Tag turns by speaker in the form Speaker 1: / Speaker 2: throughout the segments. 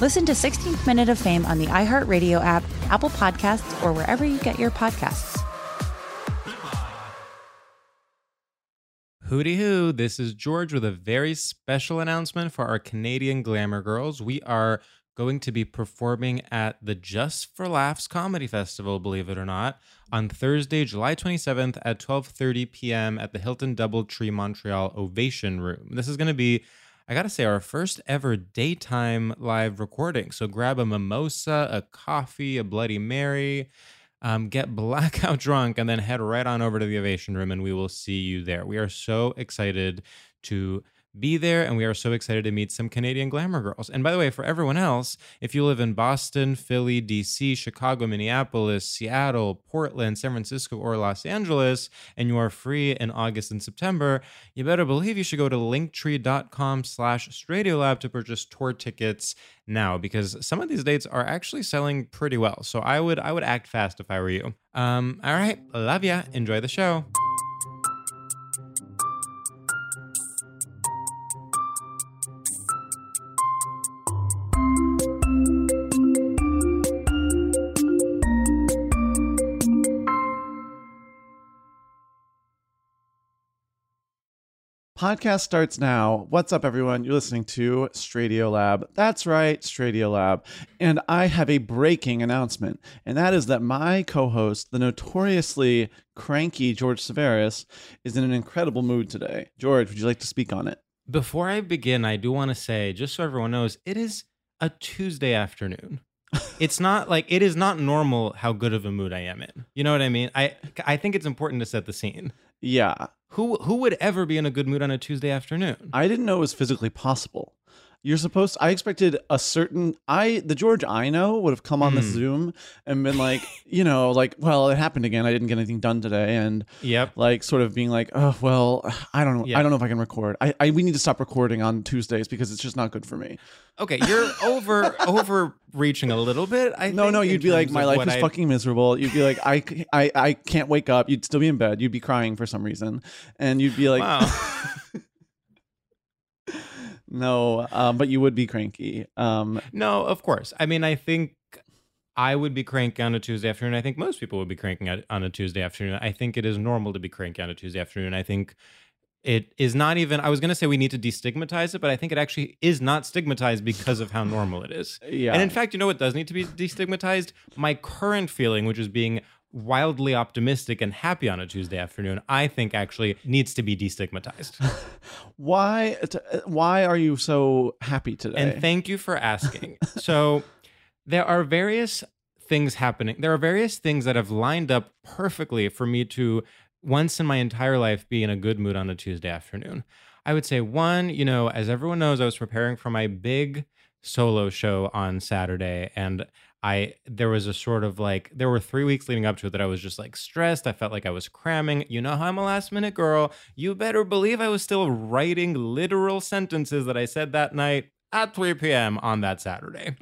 Speaker 1: Listen to 16th Minute of Fame on the iHeartRadio app, Apple Podcasts, or wherever you get your podcasts.
Speaker 2: Hooty hoo, this is George with a very special announcement for our Canadian Glamour Girls. We are going to be performing at the Just for Laughs Comedy Festival, believe it or not, on Thursday, July 27th at 12:30 p.m. at the Hilton Doubletree Montreal Ovation Room. This is going to be I gotta say, our first ever daytime live recording. So grab a mimosa, a coffee, a Bloody Mary, um, get blackout drunk, and then head right on over to the Ovation Room, and we will see you there. We are so excited to be there, and we are so excited to meet some Canadian glamour girls. And by the way, for everyone else, if you live in Boston, Philly, DC, Chicago, Minneapolis, Seattle, Portland, San Francisco, or Los Angeles, and you are free in August and September, you better believe you should go to linktree.com slash stradiolab to purchase tour tickets now because some of these dates are actually selling pretty well. So I would I would act fast if I were you. Um, all right, love ya. Enjoy the show.
Speaker 3: Podcast starts now. What's up, everyone? You're listening to Stradio Lab. That's right, Stradio Lab. And I have a breaking announcement, and that is that my co host, the notoriously cranky George Severus, is in an incredible mood today. George, would you like to speak on it?
Speaker 2: Before I begin, I do want to say, just so everyone knows, it is a Tuesday afternoon. it's not like it is not normal how good of a mood I am in. You know what I mean? I I think it's important to set the scene.
Speaker 3: Yeah.
Speaker 2: Who who would ever be in a good mood on a Tuesday afternoon?
Speaker 3: I didn't know it was physically possible. You're supposed I expected a certain I the George I know would have come on the
Speaker 2: Hmm.
Speaker 3: Zoom and been like, you know, like, well, it happened again. I didn't get anything done today and
Speaker 2: Yep.
Speaker 3: like sort of being like, oh well, I don't know.
Speaker 2: Yeah.
Speaker 3: I don't know if I can record. I, I we need to stop recording on Tuesdays because it's just not good for me.
Speaker 2: Okay, you're over overreaching a little bit. I
Speaker 3: no,
Speaker 2: think,
Speaker 3: no,
Speaker 2: in
Speaker 3: you'd be like,
Speaker 2: terms
Speaker 3: my
Speaker 2: of
Speaker 3: life
Speaker 2: what
Speaker 3: is
Speaker 2: I-
Speaker 3: fucking miserable. You'd be like, I, c- I, I can't wake up. You'd still be in bed. You'd be crying for some reason, and you'd be like,
Speaker 2: Wow.
Speaker 3: no, um, but you would be cranky. Um,
Speaker 2: No, of course. I mean, I think I would be cranky on a Tuesday afternoon. I think most people would be cranking out on a Tuesday afternoon. I think it is normal to be cranky on a Tuesday afternoon. I think it is not even. I was going to say we need to destigmatize it, but I think it actually is not stigmatized because of how normal it is.
Speaker 3: yeah,
Speaker 2: And in fact, you know what does need to be destigmatized? My current feeling, which is being wildly optimistic and happy on a Tuesday afternoon, I think actually needs to be destigmatized.
Speaker 3: why, t- why are you so happy today?
Speaker 2: And thank you for asking. so there are various things happening. There are various things that have lined up perfectly for me to once in my entire life be in a good mood on a Tuesday afternoon. I would say one, you know, as everyone knows, I was preparing for my big solo show on Saturday and I there was a sort of like there were 3 weeks leading up to it that I was just like stressed. I felt like I was cramming. You know how I'm a last minute girl. You better believe I was still writing literal sentences that I said that night. at 3 p.m. on that Saturday.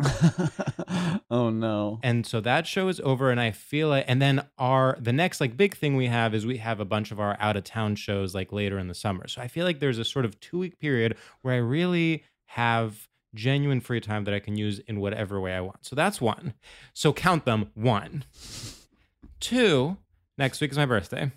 Speaker 3: oh no.
Speaker 2: And so that show is over, and I feel like, and then our the next like big thing we have is we have a bunch of our out of town shows like later in the summer. So I feel like there's a sort of two week period where I really have genuine free time that I can use in whatever way I want. So that's one. So count them one. Two, next week is my birthday.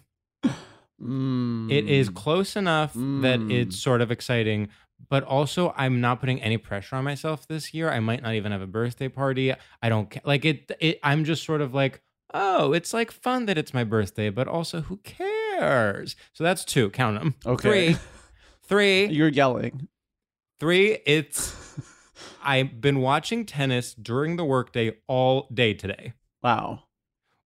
Speaker 3: Mm.
Speaker 2: It is close enough that
Speaker 3: Mm.
Speaker 2: it's sort of exciting, but also I'm not putting any pressure on myself this year. I might not even have a birthday party. I don't ca- like it, it I'm just sort of like, oh, it's like fun that it's my birthday, but also who cares? So that's two. Count them.
Speaker 3: Okay.
Speaker 2: Three. Three.
Speaker 3: You're yelling.
Speaker 2: Three, it's I've been watching tennis during the workday all day today
Speaker 3: Wow.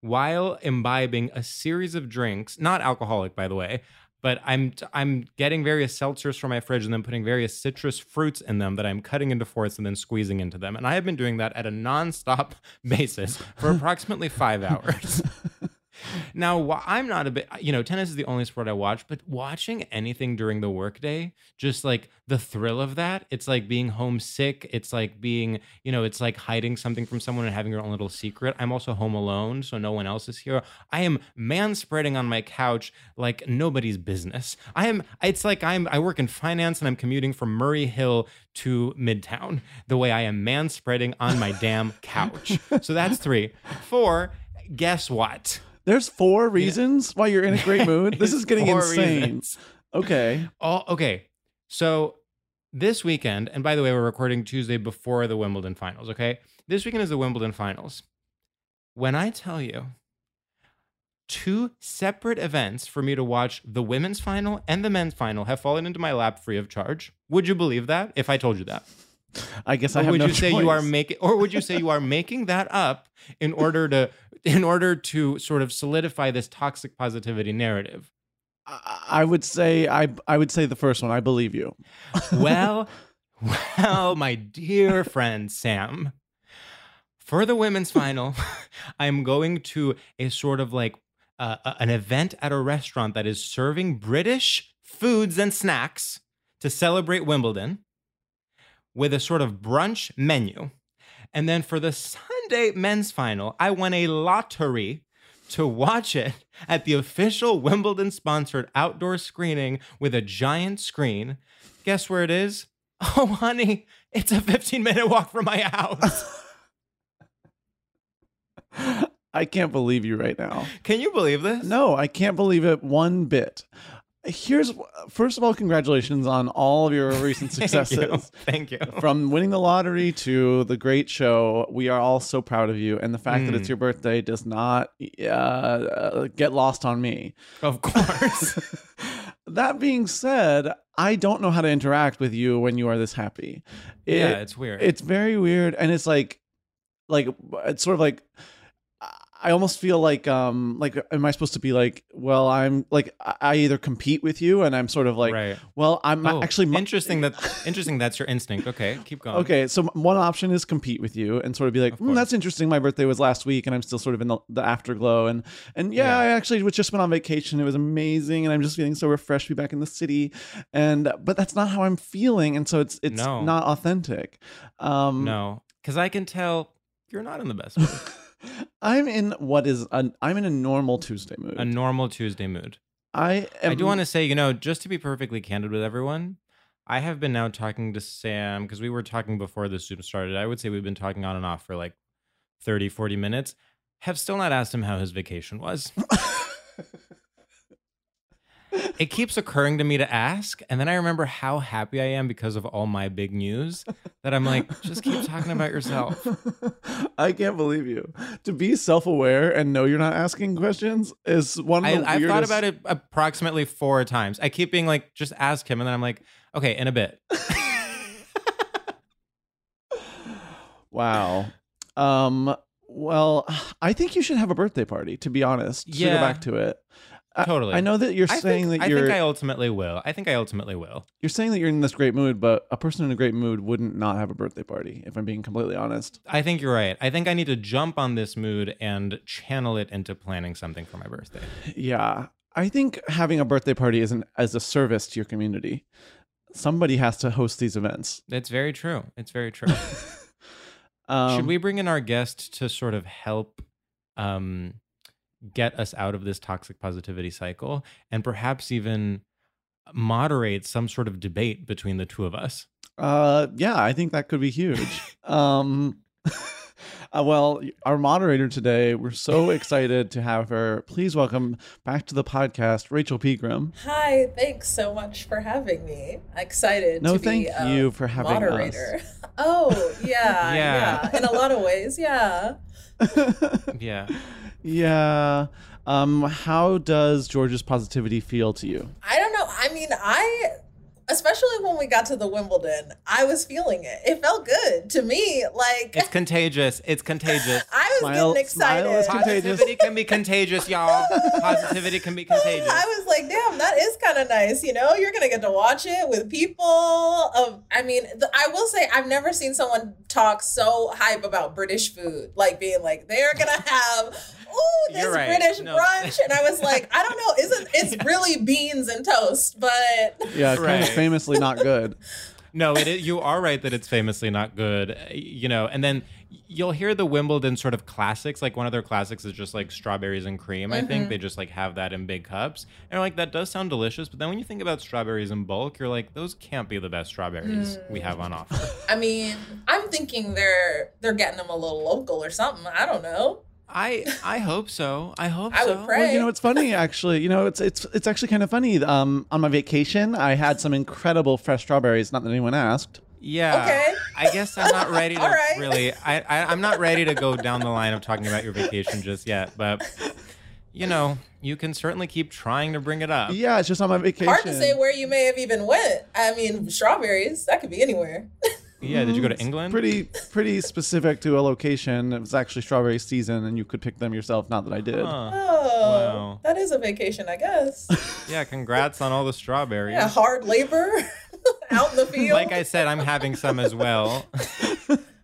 Speaker 2: while imbibing a series of drinks, not alcoholic by the way, but I'm I'm getting various seltzers from my fridge and then putting various citrus fruits in them that I'm cutting into fourths and then squeezing into them. And I have been doing that at a nonstop basis for approximately 5 hours. Now, wh- I'm not a bit, you know, tennis is the only sport I watch, but watching anything during the workday, just like the thrill of that, it's like being homesick. It's like being, you know, it's like hiding something from someone and having your own little secret. I'm also home alone, so no one else is here. I am man spreading on my couch like nobody's business. I am, it's like I'm, I work in finance and I'm commuting from Murray Hill to Midtown the way I am man spreading on my damn couch. So that's three. Four, guess what?
Speaker 3: There's four reasons why you're in a great mood. This is getting
Speaker 2: Four
Speaker 3: insane.
Speaker 2: reasons.
Speaker 3: Okay.
Speaker 2: Oh, okay. So this weekend, and by the way, we're recording Tuesday before the Wimbledon finals, okay? This weekend is the Wimbledon finals. When I tell you two separate events for me to watch the women's final and the men's final have fallen into my lap free of charge, would you believe that if I told you that?
Speaker 3: I guess
Speaker 2: Or
Speaker 3: I have
Speaker 2: would
Speaker 3: no
Speaker 2: you say you are
Speaker 3: choice.
Speaker 2: making or would you say you are making that up in order to in order to sort of solidify this toxic positivity narrative?
Speaker 3: I I would say I I would say the first one. I believe you.
Speaker 2: Well, well, my dear friend Sam, for the women's final, I'm going to a sort of like uh, a- an event at a restaurant that is serving British foods and snacks to celebrate Wimbledon with a sort of brunch menu. And then for the Sunday men's final, I won a lottery to watch it at the official Wimbledon sponsored outdoor screening with a giant screen. Guess where it is? Oh, honey, it's a 15 minute walk from my house.
Speaker 3: I can't believe you right now.
Speaker 2: Can you believe this?
Speaker 3: No, I can't believe it one bit. Here's first of all, congratulations on all of your recent
Speaker 2: Thank you.
Speaker 3: successes.
Speaker 2: Thank you.
Speaker 3: From winning the lottery to the great show, we are all so proud of you. And the fact
Speaker 2: Mm.
Speaker 3: that it's your birthday does not uh, get lost on me.
Speaker 2: Of course.
Speaker 3: That being said, I don't know how to interact with you when you are this happy. It-
Speaker 2: yeah, it's weird.
Speaker 3: it's very weird, and it's like, like it's sort of like, I almost feel like, um, like am I supposed to be like, well, I'm like I I either compete with you, and I'm sort of like,
Speaker 2: Right.
Speaker 3: well, I'm
Speaker 2: Oh,
Speaker 3: actually mu-
Speaker 2: interesting that interesting that's your instinct. Okay, keep going.
Speaker 3: Okay, so m- one option is compete with you and sort of be like, "Hmm,
Speaker 2: course.
Speaker 3: "That's interesting. My birthday was last week, and I'm still sort of in the, the afterglow." And and yeah,
Speaker 2: Yeah.
Speaker 3: I actually was just went on vacation. It was amazing, and I'm just feeling so refreshed to be back in the city. And but that's not how I'm feeling, and so it's it's
Speaker 2: No.
Speaker 3: not authentic. Um,
Speaker 2: No, because I can tell you're not in the best mood.
Speaker 3: I'm in what is an, I'm in a normal Tuesday mood.
Speaker 2: a normal Tuesday mood.
Speaker 3: I am,
Speaker 2: I do want to say, you know, just to be perfectly candid with everyone, I have been now talking to Sam because we were talking before the Zoom started. I would say we've been talking on and off for like 30, 40 minutes. Have still not asked him how his vacation was. it keeps occurring to me to ask. And then I remember how happy I am because of all my big news that I'm like, just keep talking about yourself.
Speaker 3: I can't believe you. To be self-aware and know you're not asking questions is one of the
Speaker 2: I, I've thought
Speaker 3: weirdest-
Speaker 2: about it approximately four times. I keep being like, just ask him. And then I'm like, okay, in a bit.
Speaker 3: Wow. Um. Well, I think you should have a birthday party. To be honest, to go
Speaker 2: Yeah.
Speaker 3: back to it. I-
Speaker 2: Totally.
Speaker 3: I, know that you're
Speaker 2: I
Speaker 3: saying
Speaker 2: think,
Speaker 3: that
Speaker 2: I
Speaker 3: you're
Speaker 2: think I ultimately will. I think I ultimately will.
Speaker 3: you're saying that you're in this great mood, but a person in a great mood wouldn't not have a birthday party. If I'm being completely honest.
Speaker 2: I think you're right. I think I need to jump on this mood and channel it into planning something for my birthday.
Speaker 3: Yeah. I think having a birthday party is an as a service to your community. somebody has to host these events.
Speaker 2: That's very true. It's very true.
Speaker 3: Um,
Speaker 2: Should we bring in our guest to sort of help um, get us out of this toxic positivity cycle and perhaps even moderate some sort of debate between the two of us?
Speaker 3: Uh, yeah, I think that could be huge. um, uh, well, our moderator today, we're so excited to have her. Please welcome back to the podcast, Rachel Pegram.
Speaker 4: Hi, thanks so much for having me. Excited.
Speaker 3: No,
Speaker 4: to
Speaker 3: thank
Speaker 4: be a
Speaker 3: you for having us.
Speaker 4: moderator. Oh, yeah,
Speaker 2: Yeah.
Speaker 4: yeah, In a lot of ways, yeah.
Speaker 2: Yeah.
Speaker 3: yeah. Um, how does George's positivity feel to you?
Speaker 4: I don't know. I mean, I especially when we got to the Wimbledon, I was feeling it. It felt good to me. Like
Speaker 2: It's contagious. It's contagious.
Speaker 4: I was
Speaker 3: Smile-
Speaker 4: getting excited.
Speaker 3: smile is contagious.
Speaker 2: Positivity can be contagious, y'all. Positivity can be contagious.
Speaker 4: I was like, damn, that is kind of nice. You know, you're gonna get to watch it with people. Of, I mean, th- I will say, I've never seen someone talk so hype about British food, like being like, they're gonna have, ooh, this
Speaker 2: You're right.
Speaker 4: British
Speaker 2: No.
Speaker 4: brunch, and I was like, I don't know, isn't it's really beans and toast, but
Speaker 3: Yeah, kind
Speaker 2: Right.
Speaker 3: of famously not good.
Speaker 2: No, it is, you are right that it's famously not good. uh, You know, and then you'll hear the Wimbledon sort of classics. Like one of their classics is just like strawberries and cream. I
Speaker 4: Mm-hmm.
Speaker 2: think they just like have that in big cups, and you're like that does sound delicious. But then when you think about strawberries in bulk, you're like those can't be the best strawberries
Speaker 4: Mm.
Speaker 2: we have on offer.
Speaker 4: I mean, I'm thinking they're they're getting them a little local or something. I don't know.
Speaker 2: I I hope so. I hope
Speaker 4: I
Speaker 2: so.
Speaker 4: would pray.
Speaker 3: Well, you know, it's funny actually. You know, it's it's it's actually kind of funny. Um, on my vacation, I had some incredible fresh strawberries. Not that anyone asked.
Speaker 2: Yeah.
Speaker 4: Okay.
Speaker 2: I guess I'm not ready to
Speaker 4: All right.
Speaker 2: really. I, I I'm not ready to go down the line of talking about your vacation just yet, but. You know, you can certainly keep trying to bring it up.
Speaker 3: Yeah, it's just on my vacation.
Speaker 4: Hard to say where you may have even went. I mean, strawberries that could be anywhere.
Speaker 2: Yeah, did you go to England?
Speaker 3: pretty pretty specific to a location. It was actually strawberry season, and you could pick them yourself. Not that I did.
Speaker 2: Huh.
Speaker 4: Oh,
Speaker 2: Wow.
Speaker 4: that is a vacation, I guess.
Speaker 2: Yeah, congrats on all the strawberries.
Speaker 4: Yeah, hard labor out in the field.
Speaker 2: Like I said, I'm having some as well.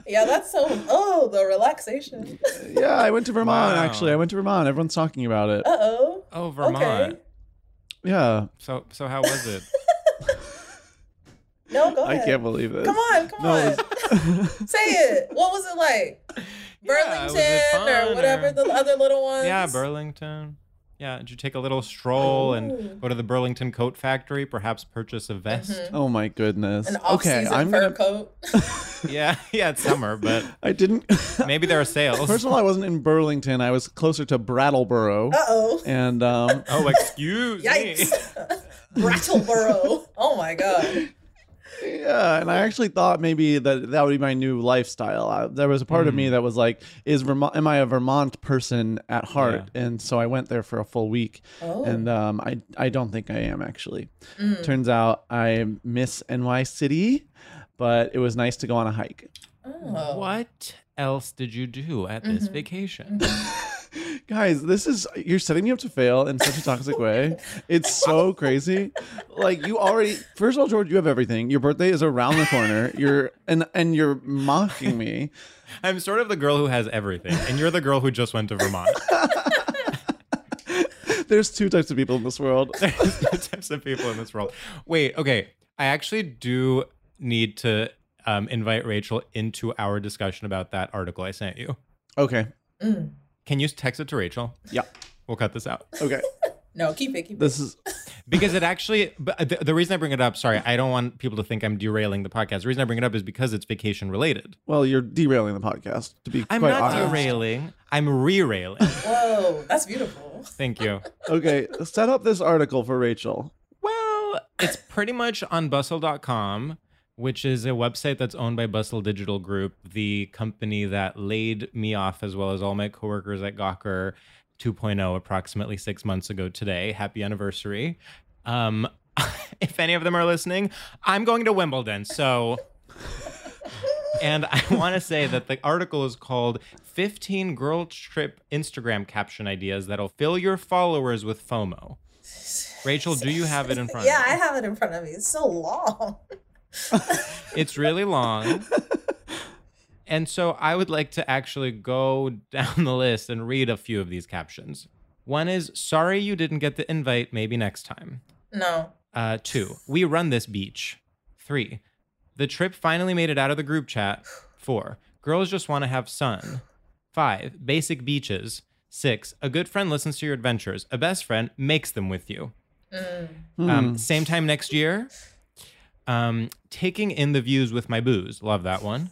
Speaker 4: yeah, that's so. Oh, the relaxation.
Speaker 3: Yeah, I went to Vermont.
Speaker 2: Wow.
Speaker 3: Actually, I went to Vermont. Everyone's talking about it.
Speaker 4: Uh oh.
Speaker 2: Oh, Vermont.
Speaker 4: Okay.
Speaker 3: Yeah,
Speaker 2: So so how was it?
Speaker 4: No, go
Speaker 3: I
Speaker 4: ahead.
Speaker 3: can't believe this.
Speaker 4: Come on, come
Speaker 3: No,
Speaker 4: on. Say it. What was it like?
Speaker 2: Yeah, was
Speaker 4: Burlington
Speaker 2: it fun
Speaker 4: or whatever
Speaker 2: or-
Speaker 4: the other little ones.
Speaker 2: yeah, Burlington. Yeah, did you take a little stroll and go to the Burlington Coat Factory, perhaps purchase a vest?
Speaker 3: Oh my goodness.
Speaker 4: An off-season
Speaker 3: okay, I'm
Speaker 4: fur
Speaker 3: gonna.
Speaker 4: coat.
Speaker 2: Yeah, yeah, it's summer, but
Speaker 3: I didn't.
Speaker 2: maybe there are sales.
Speaker 3: First of all, I wasn't in Burlington. I was closer to Brattleboro.
Speaker 4: Uh oh.
Speaker 3: And um,
Speaker 2: oh, excuse
Speaker 4: Yikes.
Speaker 2: me.
Speaker 4: Brattleboro. Oh my god.
Speaker 3: Yeah, and I actually thought maybe that that would be my new lifestyle. I, there was a part of me that was like, "Is Vermont? Am I a Vermont person at heart?" And so I went there for a full week, and um, I I don't think I am actually. Turns out I miss NY City, but it was nice to go on a hike.
Speaker 4: Oh.
Speaker 2: What else did you do at this vacation?
Speaker 3: Guys, this is you're setting me up to fail in such a toxic way. It's so crazy. Like you already first of all, George, you have everything. Your birthday is around the corner. You're and and you're mocking me.
Speaker 2: I'm sort of the girl who has everything, and you're the girl who just went to Vermont.
Speaker 3: There's two types of people in this world.
Speaker 2: There's two types of people in this world. Wait, okay. I actually do need to um, invite Rachel into our discussion about that article I sent you.
Speaker 3: Okay.
Speaker 2: Can you text it to Rachel?
Speaker 3: Yeah.
Speaker 2: We'll cut this out
Speaker 3: Okay.
Speaker 4: No, keep it, keep it.
Speaker 3: This is
Speaker 2: because it actually. But the, the reason I bring it up, sorry, I don't want people to think I'm derailing the podcast. The reason I bring it up is because it's vacation related.
Speaker 3: well, you're derailing the podcast. To be
Speaker 2: I'm
Speaker 3: quite
Speaker 2: not
Speaker 3: honest.
Speaker 2: derailing. I'm re-railing.
Speaker 4: Whoa, that's beautiful.
Speaker 2: Thank you.
Speaker 3: Okay, set up this article for Rachel.
Speaker 2: Well, it's pretty much on bustle.com, which is a website that's owned by Bustle Digital Group, the company that laid me off as well as all my coworkers at Gawker 2.0 approximately six months ago today. Happy anniversary. Um, if any of them are listening, I'm going to Wimbledon. So. And I want to say that the article is called 15 Girl Trip Instagram Caption Ideas That'll Fill Your Followers with FOMO. Rachel, do you have it in front
Speaker 4: Yeah,
Speaker 2: of you?
Speaker 4: I have it in front of me. It's so long.
Speaker 2: It's really long. and so I would like to actually go down the list and read a few of these captions. One is sorry you didn't get the invite, maybe next time.
Speaker 4: No.
Speaker 2: Uh, two, we run this beach. Three, the trip finally made it out of the group chat. Four, girls just want to have sun. Five, basic beaches. Six, a good friend listens to your adventures. A best friend makes them with you. Um, same time next year. Um, taking in the views with my booze. Love that one.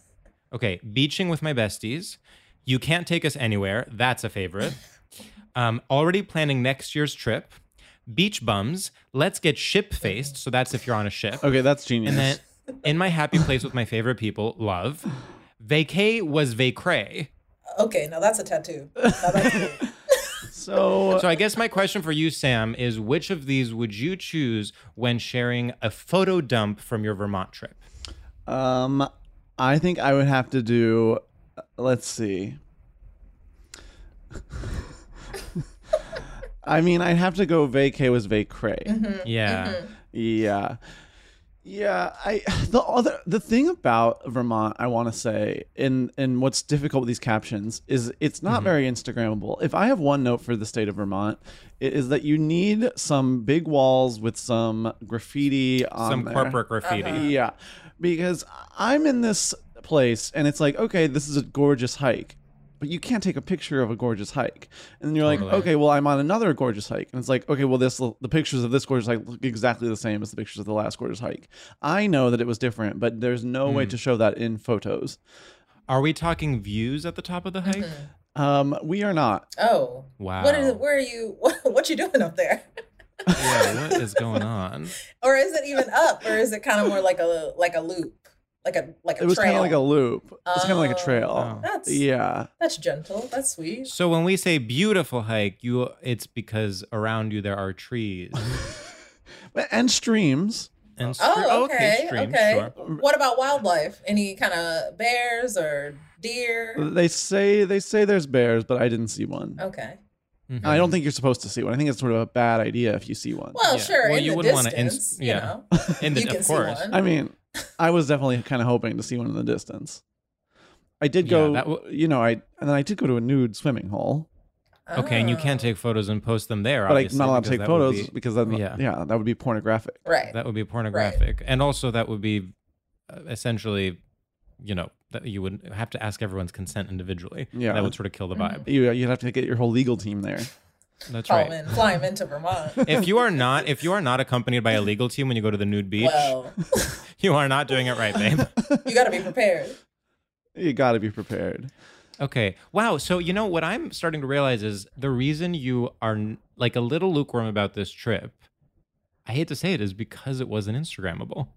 Speaker 2: Okay, beaching with my besties. You can't take us anywhere. That's a favorite. Um, already planning next year's trip. Beach bums. Let's get ship faced. So that's if you're on a ship.
Speaker 3: Okay, that's genius.
Speaker 2: And then in my happy place with my favorite people, love. Vacay was vacray.
Speaker 4: Okay, now that's a tattoo. Now that's it.
Speaker 3: so,
Speaker 2: So I guess my question for you, Sam, is which of these would you choose when sharing a photo dump from your Vermont trip?
Speaker 3: um, I think I would have to do. uh, Let's see. I mean, I'd have to go. Vacay was vacray.
Speaker 2: Yeah.
Speaker 4: Mm-hmm.
Speaker 3: Yeah. Yeah, I the other the thing about Vermont, I want to say, and and what's difficult with these captions is it's not
Speaker 2: Mm-hmm.
Speaker 3: very Instagrammable. If I have one note for the state of Vermont, it is that you need some big walls with some graffiti on
Speaker 2: Some
Speaker 3: there.
Speaker 2: corporate
Speaker 4: Uh-huh.
Speaker 2: graffiti.
Speaker 3: Yeah, because I'm in this place and it's like, okay, this is a gorgeous hike, but you can't take a picture of a gorgeous hike. And then you're like,
Speaker 2: Totally.
Speaker 3: okay, well, I'm on another gorgeous hike, and it's like, okay, well, this the pictures of this gorgeous hike look exactly the same as the pictures of the last gorgeous hike. I know that it was different, but there's no way to show that in photos.
Speaker 2: Are we talking views at the top of the
Speaker 4: Mm-hmm.
Speaker 2: hike?
Speaker 3: Um, we are not.
Speaker 4: Oh.
Speaker 2: Wow.
Speaker 4: What is where are you what, what you doing up there?
Speaker 2: yeah, what is going on?
Speaker 4: Or is it even up? Or is it kind of more like a like a loop? Like a like a
Speaker 3: It was
Speaker 4: trail.
Speaker 3: kind of like a loop. It's kind of like a
Speaker 4: Oh.
Speaker 3: trail.
Speaker 4: That's-
Speaker 3: yeah.
Speaker 4: That's gentle. That's sweet.
Speaker 2: So when we say beautiful hike, you it's because around you there are trees
Speaker 3: And streams.
Speaker 2: and stre-
Speaker 4: Oh, okay. Okay.
Speaker 2: streams, sure.
Speaker 4: What about wildlife? Any kind of bears or
Speaker 2: Uh,
Speaker 4: deer?
Speaker 3: They say they say there's bears, but I didn't see one.
Speaker 4: Okay.
Speaker 3: I don't think you're supposed to see one. I think it's sort of a bad idea if you see one.
Speaker 4: Well,
Speaker 2: Yeah.
Speaker 4: Oh, sure.
Speaker 2: Well,
Speaker 4: in
Speaker 2: you
Speaker 4: the
Speaker 2: wouldn't
Speaker 4: distance,
Speaker 2: wanna ins-
Speaker 4: you
Speaker 2: yeah.
Speaker 4: know,
Speaker 2: In the,
Speaker 4: you can
Speaker 2: of
Speaker 4: see
Speaker 2: course.
Speaker 4: one.
Speaker 3: I mean, I was definitely kind of hoping to see one in the distance. I did
Speaker 2: Yeah,
Speaker 3: go,
Speaker 2: that w-
Speaker 3: you know, I and then I did go to a nude swimming hole,
Speaker 2: Okay, and you can't take photos and post them there.
Speaker 3: but I'm
Speaker 2: obviously,
Speaker 3: not allowed to
Speaker 2: because
Speaker 3: take
Speaker 2: that would
Speaker 3: photos
Speaker 2: be-
Speaker 3: because then, yeah.
Speaker 2: yeah.
Speaker 3: that would be pornographic.
Speaker 4: Right.
Speaker 2: that would be pornographic and also that would be uh, essentially you know that you would have to ask everyone's consent individually
Speaker 3: Yeah.
Speaker 2: that would sort of kill the vibe
Speaker 3: You, you'd have to get your whole legal team there.
Speaker 2: that's
Speaker 4: Call
Speaker 2: right
Speaker 4: him in, fly him into Vermont.
Speaker 2: if you are not if you are not accompanied by a legal team when you go to the nude beach
Speaker 4: well,
Speaker 2: you are not doing it right babe
Speaker 4: you got to be prepared.
Speaker 3: You got to be prepared.
Speaker 2: okay wow so you know what i'm starting to realize is the reason you are n- like a little lukewarm about this trip i hate to say it is because it wasn't instagrammable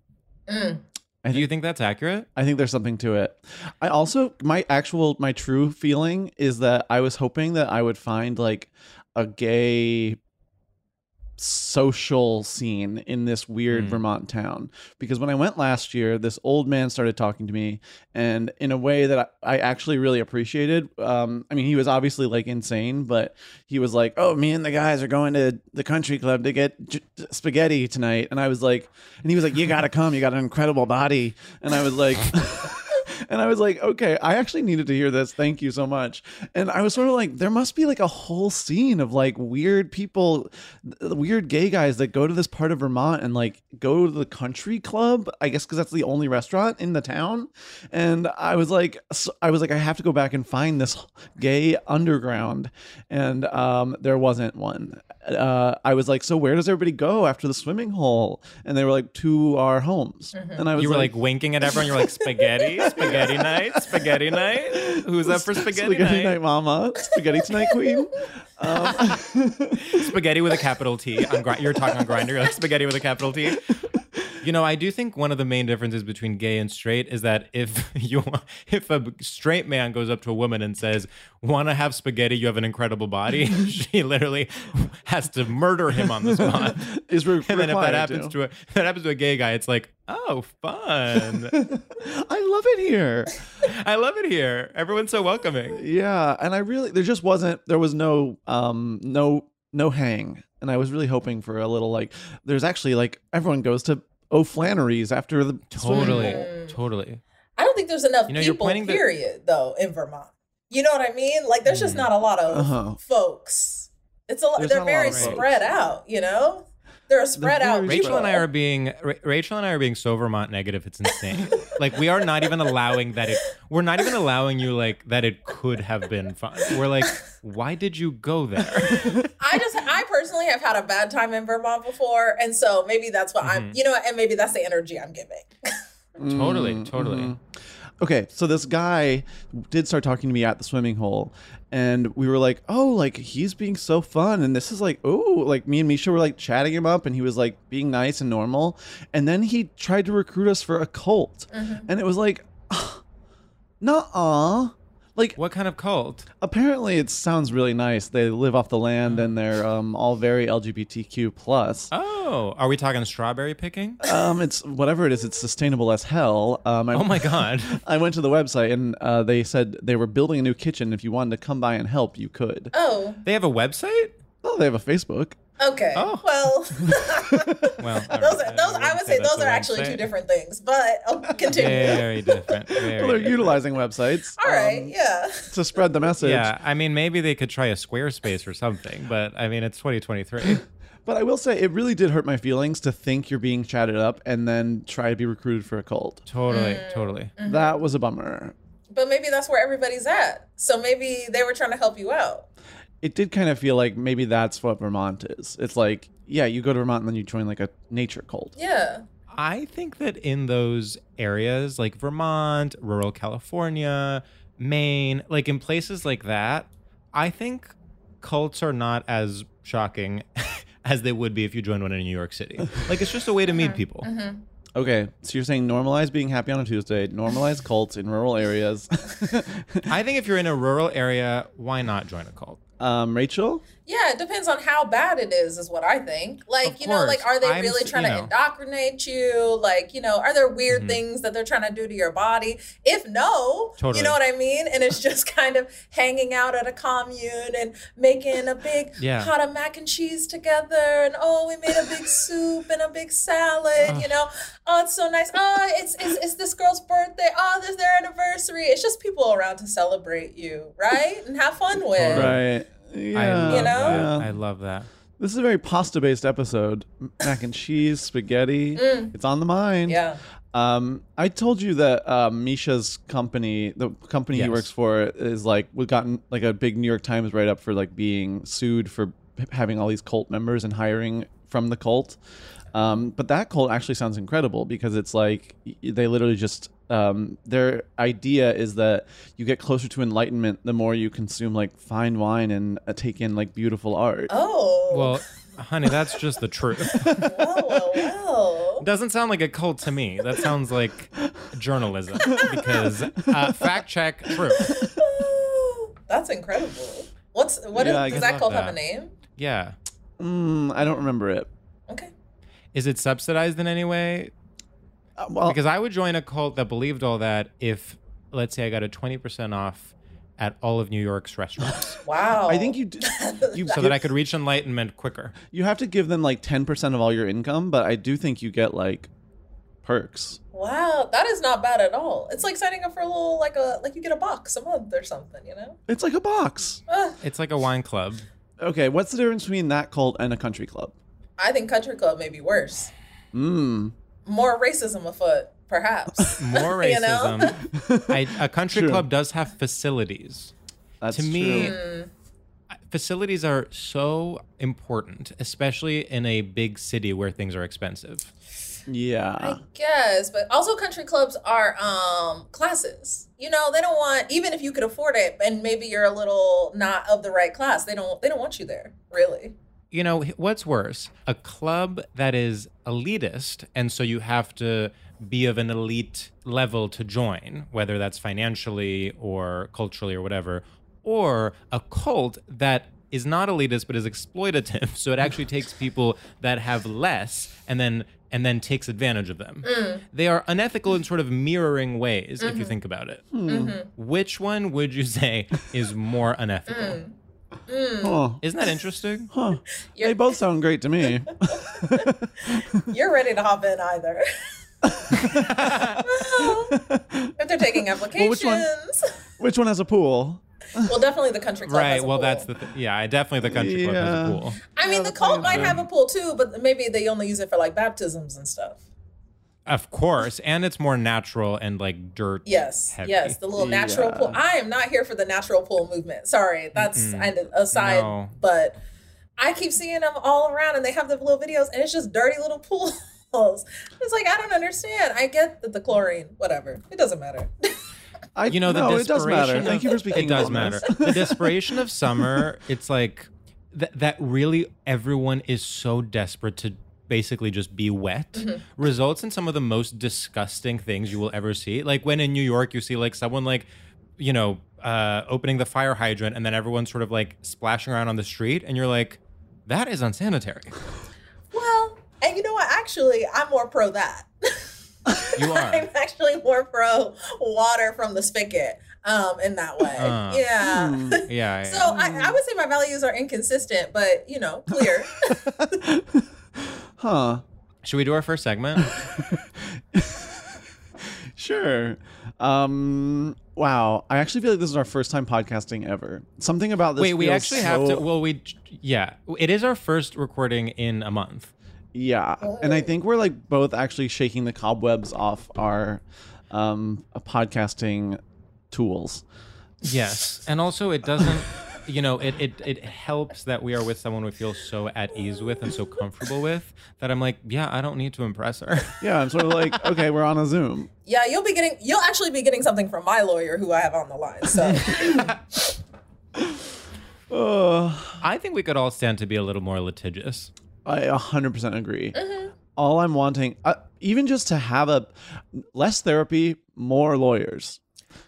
Speaker 3: I
Speaker 2: do you think that's accurate
Speaker 3: I think there's something to it. I also my actual my true feeling is that I was hoping that I would find like a gay social scene in this weird Vermont town because when I went last year this old man started talking to me and in a way that I, I actually really appreciated um I mean he was obviously like insane but he was like oh me and the guys are going to the country club to get j- spaghetti tonight and I was like and he was like you got to come you got an incredible body and I was like And I was like, okay, I actually needed to hear this. Thank you so much. And I was sort of like, there must be like a whole scene of like weird people, th- weird gay guys that go to this part of Vermont and like go to the country club, I guess, because that's the only restaurant in the town. And I was like, s I I was like, I have to go back and find this gay underground. And um, there wasn't one. Uh, I was like, so where does everybody go after the swimming hole? And they were like, to our homes. And I was
Speaker 2: Mm-hmm. You were like, winking at everyone. You're like, spaghetti, spaghetti night, spaghetti night. Who's up for spaghetti,
Speaker 3: spaghetti
Speaker 2: night?
Speaker 3: night, mama. Spaghetti tonight, queen.
Speaker 2: Spaghetti with a capital T. On gri- you're talking on grinder. You're like spaghetti with a capital T. You know, I do think one of the main differences between gay and straight is that if you if a straight man goes up to a woman and says, "Want to have spaghetti? You have an incredible body," she literally has to murder him on the spot.
Speaker 3: Is re-
Speaker 2: And then if that
Speaker 3: required
Speaker 2: happens to, a if that happens to a gay guy, it's like, "Oh, fun!
Speaker 3: I love it here.
Speaker 2: I love it here. Everyone's so welcoming."
Speaker 3: Yeah, and I really there just wasn't there was no um no no hang, and I was really hoping for a little like there's actually like everyone goes to O'Flannery's after the swimming
Speaker 2: Totally,
Speaker 3: pool.
Speaker 2: totally.
Speaker 4: I don't think there's enough
Speaker 2: You know, you're
Speaker 4: people,
Speaker 2: pointing the-
Speaker 4: period, though, in Vermont. You know what I mean? Like, there's just not a lot of
Speaker 3: Uh-huh.
Speaker 4: folks. It's a lot.
Speaker 3: Mm. There's
Speaker 4: They're
Speaker 3: not a lot
Speaker 4: very
Speaker 3: of folks.
Speaker 4: spread out. You know. They're a spread out.
Speaker 3: very
Speaker 4: people.
Speaker 2: Rachel and I are being Ra- Rachel and I are being so Vermont negative. It's insane. like we are not even allowing that it. We're not even allowing you like that. It could have been fun. We're like, why did you go there?
Speaker 4: I just, I personally have had a bad time in Vermont before, and so maybe that's what I'm,
Speaker 3: Mm-hmm.
Speaker 4: you know, and maybe that's the energy I'm giving.
Speaker 2: totally, totally.
Speaker 3: Okay, so this guy did start talking to me at the swimming hole, and we were like, "Oh, like he's being so fun," and this is like, "Oh, like me and Misha were like chatting him up, and he was like being nice and normal," and then he tried to recruit us for a cult,
Speaker 2: Mm-hmm.
Speaker 3: and it was like, "Nah, like
Speaker 2: What kind of cult?
Speaker 3: apparently it sounds really nice. They live off the land, and they're
Speaker 2: Mm-hmm.
Speaker 3: um, all very LGBTQ plus."
Speaker 2: Oh, are we talking strawberry picking?
Speaker 3: Um, it's whatever it is. It's sustainable as hell. Um, I,
Speaker 2: Oh my god.
Speaker 3: I went to the website and uh, they said they were building a new kitchen. If you wanted to come by and help, you could.
Speaker 4: Oh,
Speaker 2: They have a website?
Speaker 3: Oh, they have a Facebook.
Speaker 4: okay.
Speaker 2: Oh.
Speaker 4: Well,
Speaker 2: Well,
Speaker 4: those, are, those, I would say those are actually two different things, but oh, continue.
Speaker 2: Very different. Very
Speaker 3: Well, they're
Speaker 2: different.
Speaker 3: utilizing websites
Speaker 4: All right,
Speaker 3: um,
Speaker 4: yeah.
Speaker 3: to spread the message.
Speaker 2: Yeah, I mean, maybe they could try a Squarespace or something, but I mean, it's 2023.
Speaker 3: But I will say it really did hurt my feelings to think you're being chatted up and then try to be recruited for a cult.
Speaker 2: Totally, totally.
Speaker 4: Mm-hmm.
Speaker 3: That was a bummer.
Speaker 4: But maybe that's where everybody's at. So maybe they were trying to help you out.
Speaker 3: It did kind of feel like maybe that's what Vermont is. It's like, yeah, you go to Vermont and then you join like a nature cult.
Speaker 4: Yeah.
Speaker 2: I think that in those areas like Vermont, rural California, Maine, like in places like that, I think cults are not as shocking as they would be if you joined one in New York City. Like it's just a way to
Speaker 4: Uh-huh.
Speaker 2: meet people.
Speaker 3: Okay, so you're saying normalize being happy on a Tuesday, normalize cults in rural areas.
Speaker 2: I think if you're in a rural area, why not join a cult?
Speaker 3: um, Rachel?
Speaker 4: Yeah, it depends on how bad it is, is what I think. Like,
Speaker 2: Of
Speaker 4: you know, like
Speaker 2: course.
Speaker 4: are they
Speaker 2: I'm
Speaker 4: really
Speaker 2: s-
Speaker 4: trying
Speaker 2: you
Speaker 4: to
Speaker 2: know. Mm-hmm.
Speaker 4: indoctrinate you? Like, you know, are there weird things that they're trying to do to your body? If no,
Speaker 2: Totally.
Speaker 4: you know what I mean? And it's just kind of hanging out at a commune and making a big
Speaker 2: Yeah.
Speaker 4: pot of mac and cheese together. And oh, we made a big soup and a big salad, you know? Oh, it's so nice. Oh, it's, it's, it's this girl's birthday. Oh, this is their anniversary. It's just people around to celebrate you, right? And have fun with.
Speaker 3: Right.
Speaker 2: I
Speaker 3: Yeah.
Speaker 2: love
Speaker 4: You know?
Speaker 2: that.
Speaker 3: Yeah.
Speaker 2: I love that.
Speaker 3: This is a very pasta based episode. M- Mac and cheese, spaghetti. It's on the mind.
Speaker 4: Yeah.
Speaker 3: Um, I told you that uh, Misha's company, the company
Speaker 2: Yes.
Speaker 3: he works for, is like we gotten like a big New York Times write up for like being sued for h- having all these cult members and hiring from the cult. Um, but that cult actually sounds incredible because it's like y- they literally just um, their idea is that you get closer to enlightenment the more you consume like fine wine and uh, take in like beautiful art.
Speaker 4: Oh.
Speaker 2: Well, honey, that's just the truth.
Speaker 4: well, well, well.
Speaker 2: Doesn't sound like a cult to me. That sounds like journalism because uh, fact check true.
Speaker 4: That's incredible. What's what is
Speaker 3: Yeah, I
Speaker 4: does
Speaker 3: guess
Speaker 4: that
Speaker 2: not
Speaker 4: cult have a
Speaker 2: that.
Speaker 4: name?
Speaker 2: Yeah.
Speaker 3: Mm, I don't remember it.
Speaker 4: Okay.
Speaker 2: Is it subsidized in any way?
Speaker 3: Uh, well,
Speaker 2: Because I would join a cult that believed all that if, let's say, I got a 20% off at all of New York's restaurants
Speaker 4: Wow.
Speaker 3: I think you d- you
Speaker 2: so that I could reach enlightenment quicker.
Speaker 3: You have to give them like 10% of all your income, but I do think you get like perks.
Speaker 4: Wow, that is not bad at all. It's like signing up for a little like a like you get a box a month or something, you know?
Speaker 3: It's like a box.
Speaker 2: It's like a wine club.
Speaker 3: Okay, what's the difference between that cult and a country club?
Speaker 4: I think country club may be worse.
Speaker 3: Mmm.
Speaker 4: More racism afoot, perhaps.
Speaker 2: More
Speaker 4: You know?
Speaker 2: racism. I, a country club does have facilities.
Speaker 3: That's
Speaker 2: to me,
Speaker 3: true.
Speaker 2: facilities are so important, especially in a big city where things are expensive.
Speaker 3: Yeah.
Speaker 4: I guess, but also country clubs are um classes. You know, they don't want even if you could afford it and maybe you're a little not of the right class, they don't they don't want you there, really.
Speaker 2: you know h- what's worse a club that is elitist and so you have to be of an elite level to join whether that's financially or culturally or whatever or a cult that is not elitist but is exploitative so it actually takes people that have less and then and then takes advantage of them they are unethical in sort of mirroring ways if you think about it which one would you say is more unethical
Speaker 3: Huh.
Speaker 2: isn't that interesting
Speaker 3: Huh. They both sound great to me.
Speaker 4: You're ready to hop in either. if they're taking applications.
Speaker 3: which one? Which one has a pool?
Speaker 4: Well, definitely the country club. has
Speaker 2: right.
Speaker 4: a
Speaker 2: Well,
Speaker 4: pool.
Speaker 2: that's the th- yeah. Definitely the country club has a
Speaker 3: Yeah.
Speaker 2: pool.
Speaker 4: I mean, the cult might have a pool too, but maybe they only use it for like baptisms and stuff.
Speaker 2: Of course, and it's more natural and like dirt.
Speaker 4: Yes,
Speaker 2: heavy.
Speaker 4: yes, the little natural pool. I am not here for the natural pool movement. Sorry, that's
Speaker 2: Mm-mm.
Speaker 4: kind of aside,
Speaker 2: No.
Speaker 4: but I keep seeing them all around, and they have the little videos, and it's just dirty little pools. It's like I don't understand. I get that the chlorine, whatever, it doesn't matter.
Speaker 3: I,
Speaker 2: you know the
Speaker 3: no, it does
Speaker 2: desperation.
Speaker 3: matter.
Speaker 2: of-
Speaker 3: Thank you for speaking.
Speaker 2: It does
Speaker 3: about
Speaker 2: matter.
Speaker 3: this.
Speaker 2: the desperation of summer. It's like that. That really everyone is so desperate to basically just be wet
Speaker 4: Mm-hmm.
Speaker 2: results in some of the most disgusting things you will ever see. Like when in New York, you see like someone like you know uh, opening the fire hydrant and then everyone's sort of like splashing around on the street, and you're like, that is unsanitary.
Speaker 4: well, and you know what? Actually, I'm more pro that.
Speaker 2: You
Speaker 4: I'm
Speaker 2: are.
Speaker 4: actually more pro water from the spigot um, in that way.
Speaker 2: Uh.
Speaker 4: yeah.
Speaker 2: Yeah.
Speaker 4: So I, I would say my values are inconsistent, but you know, clear.
Speaker 3: Huh.
Speaker 2: Should we do our first segment?
Speaker 3: Sure. Um. Wow. I actually feel like this is our first time podcasting ever. Something about this.
Speaker 2: Wait, we
Speaker 3: feels
Speaker 2: actually have
Speaker 3: so-
Speaker 2: to. Well, we yeah, it is our first recording in a month.
Speaker 3: Yeah. And I think we're like both actually shaking the cobwebs off our um podcasting tools.
Speaker 2: Yes, and also it doesn't. You know, it, it it helps that we are with someone we feel so at ease with and so comfortable with that I'm like, yeah, I don't need to impress her.
Speaker 3: Yeah. I'm sort of like, okay, we're on a Zoom.
Speaker 4: yeah, you'll be getting you'll actually be getting something from my lawyer who I have on the line. So
Speaker 3: Ugh.
Speaker 2: I think we could all stand to be a little more litigious.
Speaker 3: I 100% agree. All I'm wanting, uh, even just to have a less therapy, more lawyers.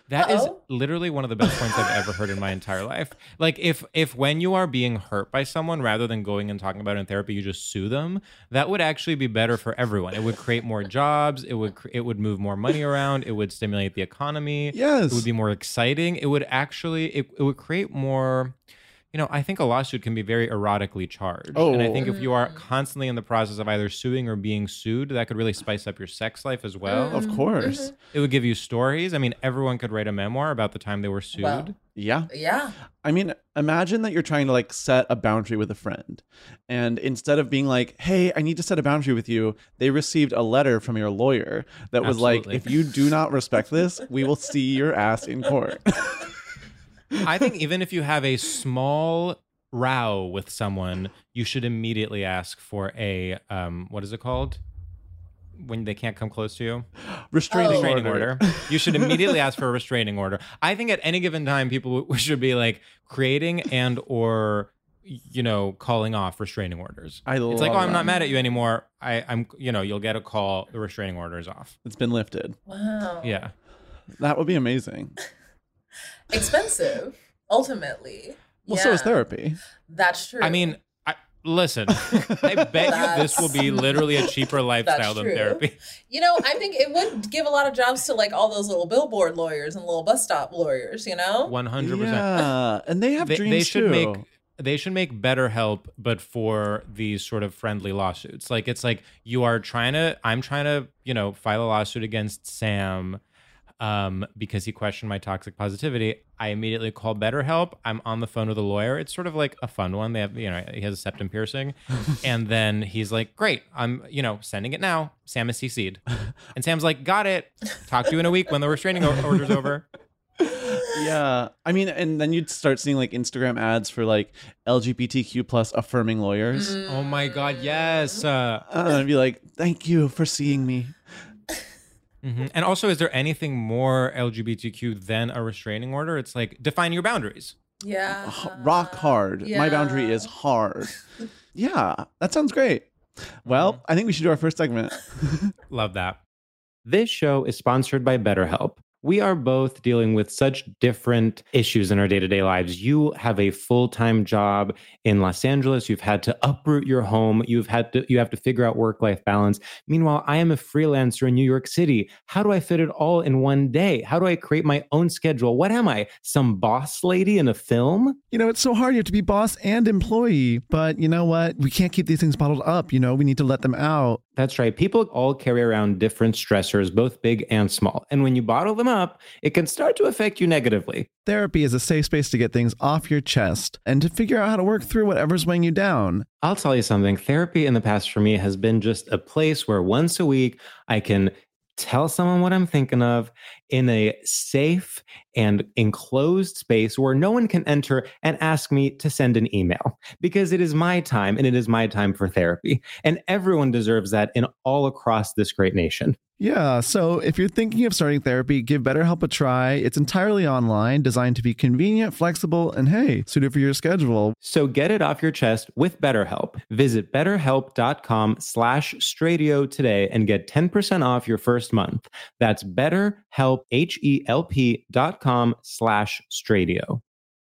Speaker 2: That is
Speaker 4: Uh-oh.
Speaker 2: literally one of the best points I've ever heard in my entire life. Like if if when you are being hurt by someone rather than going and talking about it in therapy, you just sue them, that would actually be better for everyone. It would create more jobs, it would cr- it would move more money around, it would stimulate the economy.
Speaker 3: Yes.
Speaker 2: It would be more exciting. It would actually it, it would create more you know, I think a lawsuit can be very erotically charged. And I
Speaker 3: Oh.
Speaker 2: think if you are constantly in the process of either suing or being sued, that could really spice up your sex life as well.
Speaker 3: Of course.
Speaker 2: It would give you stories. I mean, everyone could write a memoir about the time they were sued.
Speaker 4: Wow.
Speaker 3: Yeah.
Speaker 4: yeah.
Speaker 3: I mean, imagine that you're trying to like set a boundary with a friend. And instead of being like, hey, I need to set a boundary with you, they received a letter from your lawyer that was
Speaker 2: Absolutely.
Speaker 3: like, if you do not respect this, we will see your ass in court.
Speaker 2: I think even if you have a small row with someone, you should immediately ask for a um, what is it called? When they can't come close to you,
Speaker 3: Restraining,
Speaker 2: restraining
Speaker 3: order.
Speaker 2: order. You should immediately ask for a restraining order. I think at any given time, people w- should be like creating and or you know calling off restraining orders.
Speaker 3: I
Speaker 2: it's like, oh,
Speaker 3: love
Speaker 2: I'm
Speaker 3: that.
Speaker 2: not mad at you anymore. I, I'm, you know, you'll get a call. The restraining order is off.
Speaker 3: It's been lifted.
Speaker 4: Wow.
Speaker 2: Yeah.
Speaker 3: That would be amazing.
Speaker 4: Expensive, ultimately.
Speaker 3: Well, so is
Speaker 4: Yeah,
Speaker 3: therapy.
Speaker 4: That's true.
Speaker 2: I mean, I, listen, I bet you this will be literally a cheaper lifestyle than
Speaker 4: true.
Speaker 2: therapy.
Speaker 4: you know, I think it would give a lot of jobs to like all those little billboard lawyers and little bus stop lawyers, you know?
Speaker 2: One hundred percent.
Speaker 3: Yeah. And they have
Speaker 2: They
Speaker 3: dreams
Speaker 2: they should
Speaker 3: too.
Speaker 2: make they should make better help, but for these sort of friendly lawsuits. Like it's like you are trying to. I'm trying to you know file a lawsuit against Sam. Um, because he questioned my toxic positivity, I immediately call BetterHelp. I'm on the phone with a lawyer. It's sort of like a fun one. They have, you know, he has a septum piercing, and then he's like, "Great, I'm, you know, sending it now." Sam is CC'd, and Sam's like, "Got it. Talk to you in a week when the restraining or- order's over."
Speaker 3: yeah i mean and then you'd start seeing like instagram ads for like lgbtq plus affirming lawyers
Speaker 2: Oh my God, yes. Uh,
Speaker 3: Uh, and i'd be like thank you for seeing me
Speaker 2: mhm. And also, is there anything more LGBTQ than a restraining order? It's like define your boundaries.
Speaker 4: Yeah.
Speaker 3: H- rock hard my boundary
Speaker 4: yeah.
Speaker 3: is hard yeah that sounds great
Speaker 5: Mm-hmm.
Speaker 3: well i think we should do our first segment
Speaker 2: Love that. This show is sponsored by BetterHelp. We are both dealing with such different issues in our day to day lives. You have a full time job in Los Angeles. You've had to uproot your home. You've had to, you have to figure out work life balance. Meanwhile, I am a freelancer in New York City. How do I fit it all in one day? How do I create my own schedule? What am I? Some boss lady in a film?
Speaker 5: You know, it's so hard. You have to be boss and employee, but you know what? We can't keep these things bottled up. You know, we need to let them out.
Speaker 2: That's right. People all carry around different stressors, both big and small. And when you bottle them
Speaker 6: up, it can start to affect you negatively.
Speaker 5: Therapy is a safe space to get things off your chest and to figure out how to work through whatever's weighing you down.
Speaker 2: I'll tell you something. Therapy in the past for me has been just a place where once a week I can tell someone what I'm thinking of in a safe and enclosed space where no one can enter and ask me to send an email because it is my time and it is my time for therapy. And everyone deserves that in all across this great nation.
Speaker 5: Yeah, so if you're thinking of starting therapy, give BetterHelp a try. It's entirely online, designed to be convenient, flexible, and hey, suited for your schedule.
Speaker 2: So get it off your chest with BetterHelp. Visit betterhelp.com slash stradio today and get 10% off your first month. That's betterhelp, H-E-L-P dot com slash stradio.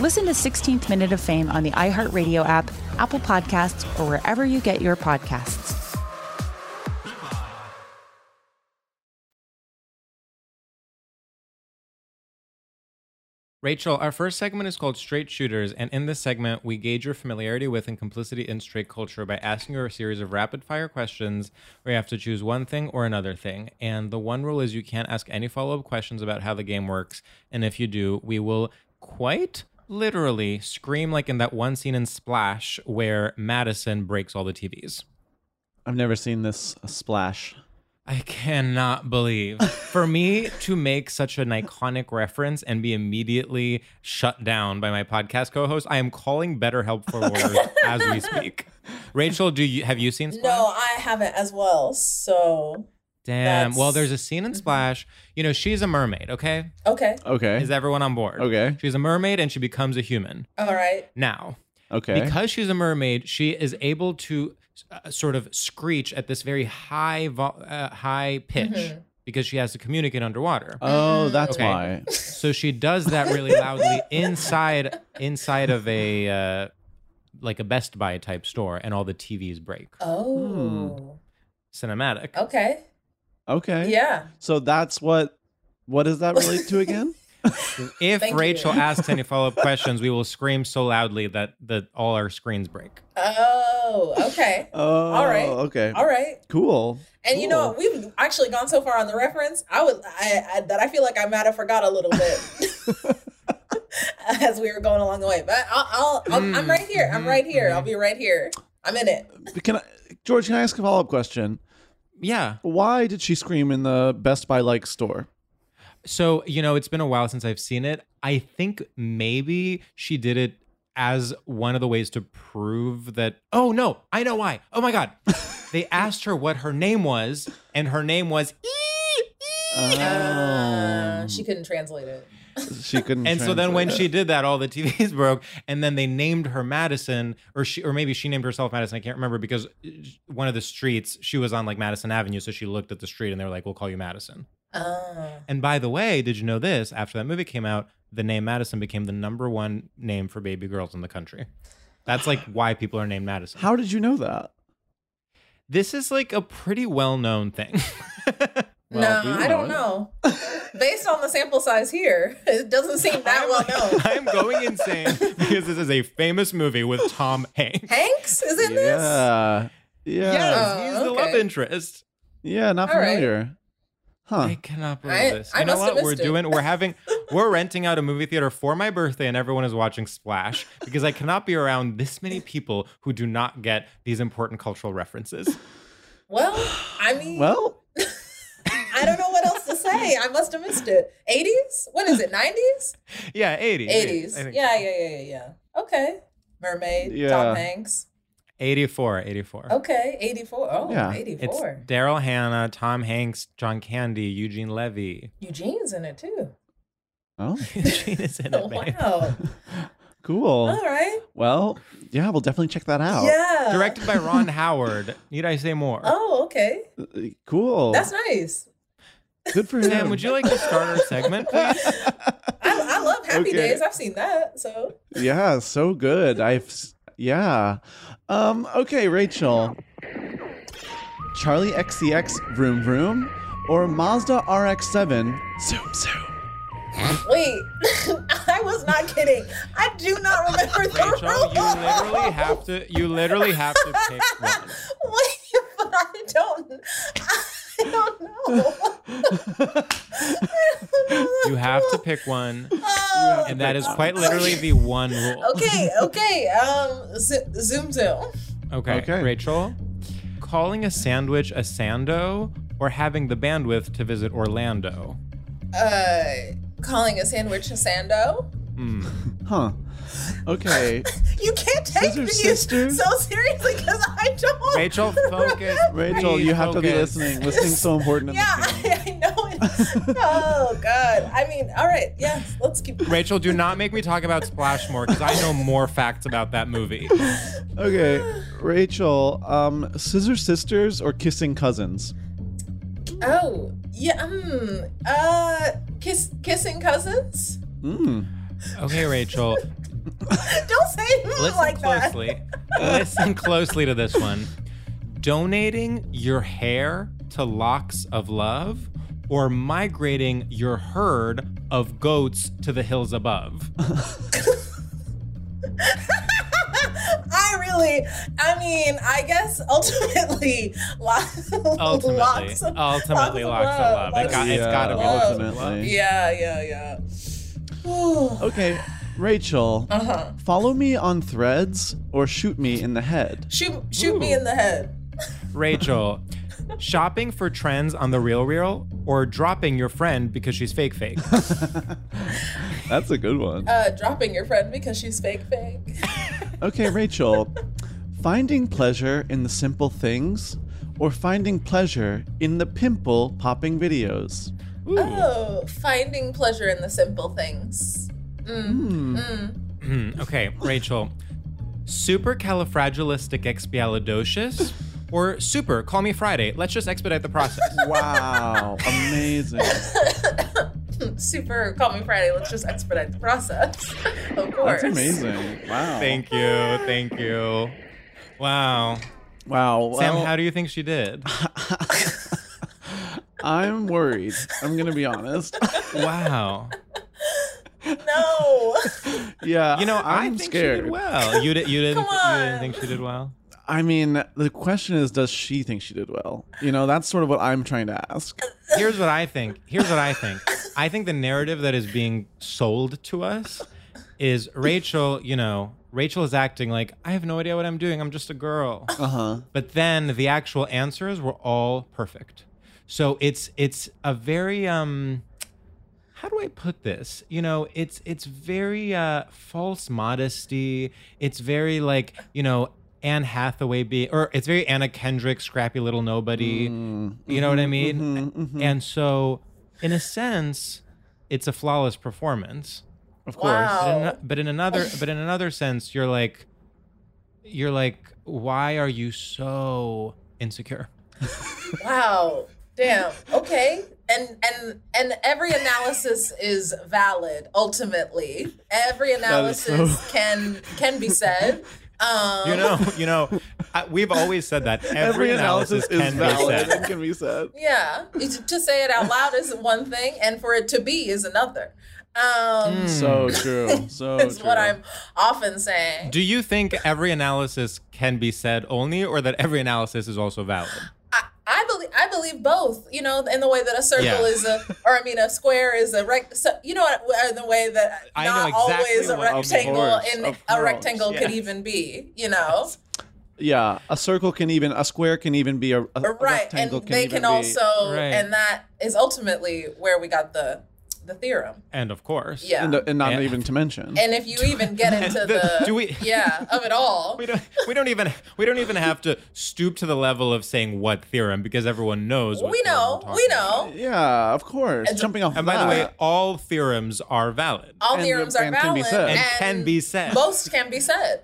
Speaker 1: Listen to 16th Minute of Fame on the iHeartRadio app, Apple Podcasts, or wherever you get your podcasts.
Speaker 2: Rachel, our first segment is called Straight Shooters, and in this segment, we gauge your familiarity with and complicity in straight culture by asking you a series of rapid fire questions where you have to choose one thing or another thing. And the one rule is you can't ask any follow up questions about how the game works. And if you do, we will quite literally scream like in that one scene in Splash where Madison breaks all the TVs.
Speaker 3: I've never seen this splash.
Speaker 2: I cannot believe for me to make such an iconic reference and be immediately shut down by my podcast co-host. I am calling BetterHelp for wars as we speak. Rachel, do you have you seen Splash?
Speaker 4: No, I haven't as well. So
Speaker 2: Damn. Well,
Speaker 4: that's-
Speaker 2: there's a scene
Speaker 3: Mm-hmm.
Speaker 2: in Splash. You know, she's a mermaid. Okay,
Speaker 4: okay,
Speaker 3: Okay.
Speaker 2: is everyone on board?
Speaker 3: Okay.
Speaker 2: she's a mermaid and she becomes a human.
Speaker 4: all right.
Speaker 2: Now,
Speaker 3: okay.
Speaker 2: because she's a mermaid, she is able to uh, sort of screech at this very high vo- uh, high pitch
Speaker 3: Mm-hmm.
Speaker 2: because she has to communicate underwater.
Speaker 3: oh, that's
Speaker 2: Okay.
Speaker 3: why.
Speaker 2: so she does that really loudly inside inside of a uh, like a Best Buy type store, and all the TVs break.
Speaker 3: Hmm.
Speaker 4: Oh,
Speaker 2: Cinematic.
Speaker 4: okay,
Speaker 3: Okay.
Speaker 4: yeah.
Speaker 3: So that's what. What does that relate to again?
Speaker 2: If
Speaker 4: Thank you.
Speaker 2: Rachel asks any follow up questions, we will scream so loudly that that all our screens break.
Speaker 4: Oh, okay,
Speaker 3: Oh. All
Speaker 4: right.
Speaker 3: Okay.
Speaker 4: all right.
Speaker 3: Cool.
Speaker 4: And you know
Speaker 3: Cool.
Speaker 4: we've actually gone so far on the reference. I would I, I that I feel like I might have forgot a little bit as we were going along the way. But I'll, I'll, I'll
Speaker 3: Hmm.
Speaker 4: I'm right here. I'm right here. I'll be right here. I'm in it.
Speaker 3: But Can I, George? Can I ask a follow up question?
Speaker 2: Yeah.
Speaker 3: Why did she scream in the Best Buy like store?
Speaker 2: So, you know, it's been a while since I've seen it. I think maybe she did it as one of the ways to prove that. Oh, no, I know why. Oh my God. they asked her what her name was, and her name was. E
Speaker 3: Um,
Speaker 4: Uh, she couldn't translate it.
Speaker 3: She couldn't.
Speaker 2: And so then when
Speaker 3: translate
Speaker 2: she did that, all the TVs broke, and then they named her Madison, or she, or maybe she named herself Madison. I can't remember because uh, one of the streets she was on, like Madison Avenue, so she looked at the street, and they were like, "We'll call you Madison."
Speaker 4: Oh.
Speaker 2: And by the way, did you know this? After that movie came out, the name Madison became the number one name for baby girls in the country. That's like why people are named Madison.
Speaker 3: it. how did you know that?
Speaker 2: This is like a pretty well known thing.
Speaker 3: Well,
Speaker 4: no,
Speaker 3: we
Speaker 4: I don't
Speaker 3: it.
Speaker 4: know. Based on the sample size here, it doesn't seem that well known.
Speaker 2: I'm going insane because this is a famous movie with Tom Hanks.
Speaker 4: Hanks is in this.
Speaker 3: Yeah. Yeah.
Speaker 2: Yes,
Speaker 4: Oh,
Speaker 2: he's the love
Speaker 4: okay.
Speaker 2: interest.
Speaker 3: Yeah, not
Speaker 4: All right.
Speaker 3: familiar.
Speaker 2: I
Speaker 3: Huh.
Speaker 2: cannot believe
Speaker 4: I-
Speaker 2: this.
Speaker 4: I
Speaker 2: You know
Speaker 4: must have
Speaker 2: what we're
Speaker 4: missed it.
Speaker 2: doing? We're having we're renting out a movie theater for my birthday, and everyone is watching Splash because I cannot be around this many people who do not get these important cultural references.
Speaker 4: Well, I mean,
Speaker 3: Well,
Speaker 4: I don't know what else to say. I must have missed it. 80s? What is it? 90s?
Speaker 2: Yeah, 80s.
Speaker 4: 80s.
Speaker 2: I think.
Speaker 4: Yeah, yeah, yeah, yeah, yeah. Okay. Mermaid,
Speaker 3: Yeah.
Speaker 4: Tom Hanks.
Speaker 2: 84, 84.
Speaker 4: Okay, 84. Oh,
Speaker 3: Yeah.
Speaker 2: It's
Speaker 4: 84.
Speaker 2: Daryl Hannah, Tom Hanks, John Candy, Eugene Levy.
Speaker 4: Eugene's in it too.
Speaker 3: oh,
Speaker 2: Eugene is in
Speaker 4: Oh,
Speaker 2: it, man.
Speaker 4: wow. All
Speaker 3: cool.
Speaker 4: right.
Speaker 3: Well, yeah, we'll definitely check that
Speaker 2: Oh,
Speaker 3: out.
Speaker 4: Yeah.
Speaker 2: Directed by Ron Howard. Need I say more?
Speaker 4: Oh, okay.
Speaker 3: Uh, Cool.
Speaker 4: That's nice.
Speaker 3: good for him.
Speaker 2: Sam, would you like to start our segment, please?
Speaker 4: I, I love Happy
Speaker 3: Okay.
Speaker 4: Days. I've seen that. So
Speaker 3: yeah, so good. I've s- yeah. Um okay, Rachel. Charlie XCX vroom vroom or Mazda RX-7 zoom zoom.
Speaker 4: wait, I was not kidding. I do not remember the
Speaker 2: Rachel, you literally have to. You literally have to pick one.
Speaker 4: Wait, but I don't. I don't know.
Speaker 2: You have to pick one,
Speaker 4: Oh,
Speaker 2: and that is quite literally the one rule.
Speaker 4: okay, okay. Um, zo- zoom zoom.
Speaker 2: Okay.
Speaker 3: Okay.
Speaker 2: Rachel, calling a sandwich a sando or having the bandwidth to visit Orlando.
Speaker 4: Uh, calling a sandwich a sando.
Speaker 3: Huh. Okay.
Speaker 4: You can't take
Speaker 3: Scissor
Speaker 4: these
Speaker 3: sisters?
Speaker 4: so seriously because I don't.
Speaker 2: Rachel, focus.
Speaker 3: Rachel,
Speaker 2: Please
Speaker 3: you have to be
Speaker 2: focus.
Speaker 3: listening. Listening so important in
Speaker 4: Yeah,
Speaker 3: this game.
Speaker 4: I, I know it. oh God. I mean, all right. Yes, let's keep.
Speaker 2: Rachel, do not make me talk about Splash more because I know more facts about that movie.
Speaker 3: Okay, Rachel, um, scissor sisters or kissing cousins?
Speaker 4: Oh yeah. Um. Uh. Kiss. Kissing cousins.
Speaker 3: Mm.
Speaker 2: Okay, Rachel,
Speaker 4: Don't say mm
Speaker 2: listen
Speaker 4: like that.
Speaker 2: closely. listen closely to this one. Donating your hair to locks of love or migrating your herd of goats to the hills above.
Speaker 4: I really, I mean, I guess ultimately, lo-
Speaker 2: Ultimately,
Speaker 4: locks of-
Speaker 3: Oh.
Speaker 2: ultimately, locks of love. It
Speaker 4: Locks
Speaker 2: got,
Speaker 4: of
Speaker 2: it's
Speaker 3: Yeah,
Speaker 2: got to be
Speaker 4: love.
Speaker 2: locks of love.
Speaker 3: Ultimately.
Speaker 4: Yeah, yeah, yeah. Ooh.
Speaker 3: Okay, Rachel,
Speaker 4: Uh-huh.
Speaker 3: follow me on threads or shoot me in the head.
Speaker 4: Shoot, shoot me in the head.
Speaker 2: Rachel, shopping for trends on the real real or dropping your friend because she's fake fake.
Speaker 3: That's a good one.
Speaker 4: Uh, dropping your friend because she's fake, fake.
Speaker 3: Okay, Rachel, finding pleasure in the simple things or finding pleasure in the pimple popping videos?
Speaker 4: Oh, finding pleasure in the simple things.
Speaker 2: Mm, okay, Rachel. Supercalifragilisticexpialidocious or super call me Friday. Let's just expedite the process.
Speaker 3: Wow, amazing.
Speaker 4: Super. Call me Friday. Let's just expedite the process. of course.
Speaker 3: That's amazing. Wow.
Speaker 2: Thank you. Thank you. Wow.
Speaker 3: Wow. Well,
Speaker 2: Sam, how do you think she did?
Speaker 3: I'm worried. I'm going to be honest.
Speaker 2: Wow.
Speaker 4: No.
Speaker 3: yeah.
Speaker 2: You know, i
Speaker 3: I'm
Speaker 2: think
Speaker 3: scared.
Speaker 2: she did well. You, di- you, didn't,
Speaker 4: Come
Speaker 2: you didn't
Speaker 4: on.
Speaker 2: think she did well?
Speaker 3: I mean, the question is, does she think she did well? You know, that's sort of what I'm trying to ask.
Speaker 2: Here's what I think. Here's what I think. I think the narrative that is being sold to us is Rachel, you know, Rachel is acting like, I have no idea what I'm doing. I'm just a girl.
Speaker 3: Uh huh.
Speaker 2: but then the actual answers were all perfect so it's it's a very um how do i put this you know it's it's very uh false modesty it's very like you know anne hathaway be or it's very anna kendrick scrappy little nobody you know what i mean
Speaker 3: Mm-hmm,
Speaker 2: and so in a sense it's a flawless performance
Speaker 3: Of course.
Speaker 2: but
Speaker 3: uh,
Speaker 2: in,
Speaker 4: Wow.
Speaker 2: but in another but in another sense you're like you're like why are you so insecure
Speaker 4: Wow. Damn. Okay. And and and every analysis is valid ultimately. Every
Speaker 3: That is so-
Speaker 4: analysis can can be said. Um
Speaker 2: you know you know I, we've always said that every,
Speaker 3: Every
Speaker 2: analysis,
Speaker 3: analysis is
Speaker 2: can be
Speaker 3: valid
Speaker 2: said.
Speaker 3: and can be said.
Speaker 4: Yeah, It's- to say it out loud is one thing, and for it to be is another. Um,
Speaker 3: So true. So
Speaker 4: That's
Speaker 3: Mm, true.
Speaker 4: what I'm often saying.
Speaker 2: Do you think every analysis can be said only, or that every analysis is also valid?
Speaker 4: I, I believe I believe both. You know, in the way that a circle
Speaker 2: Yeah.
Speaker 4: is a, or I mean, a square is a rect. So, you know, what- uh, the way that
Speaker 2: I know
Speaker 4: not
Speaker 2: exactly
Speaker 4: always a
Speaker 2: what- of
Speaker 4: rectangle
Speaker 3: course,
Speaker 4: and
Speaker 3: of
Speaker 4: a
Speaker 3: course,
Speaker 4: rectangle could
Speaker 2: yes.
Speaker 4: even be. You know,
Speaker 3: Yeah, a circle can even a square can even be a, a- a
Speaker 4: right? And
Speaker 3: rectangle can
Speaker 4: they
Speaker 3: even
Speaker 4: can
Speaker 3: be-
Speaker 4: also,
Speaker 2: Right.
Speaker 4: and that is ultimately where we got the the theorem.
Speaker 2: And of course,
Speaker 4: Yeah.
Speaker 3: and, and not
Speaker 2: Yeah.
Speaker 3: even to mention.
Speaker 4: and if you even get into
Speaker 2: The-
Speaker 4: the,
Speaker 2: do we-
Speaker 4: yeah of it all
Speaker 2: We don't, we don't even we don't even have to stoop to the level of saying what theorem because everyone knows. What
Speaker 4: we
Speaker 2: theorem
Speaker 4: know
Speaker 2: we're
Speaker 4: we
Speaker 2: talking about.
Speaker 4: know
Speaker 3: yeah, of course. Jumping off.
Speaker 2: And by the way,
Speaker 3: that.
Speaker 2: all theorems are valid.
Speaker 4: all
Speaker 3: And
Speaker 4: theorems
Speaker 3: the-
Speaker 4: are
Speaker 3: and can be
Speaker 4: valid
Speaker 3: said.
Speaker 2: And can be said.
Speaker 4: most can be said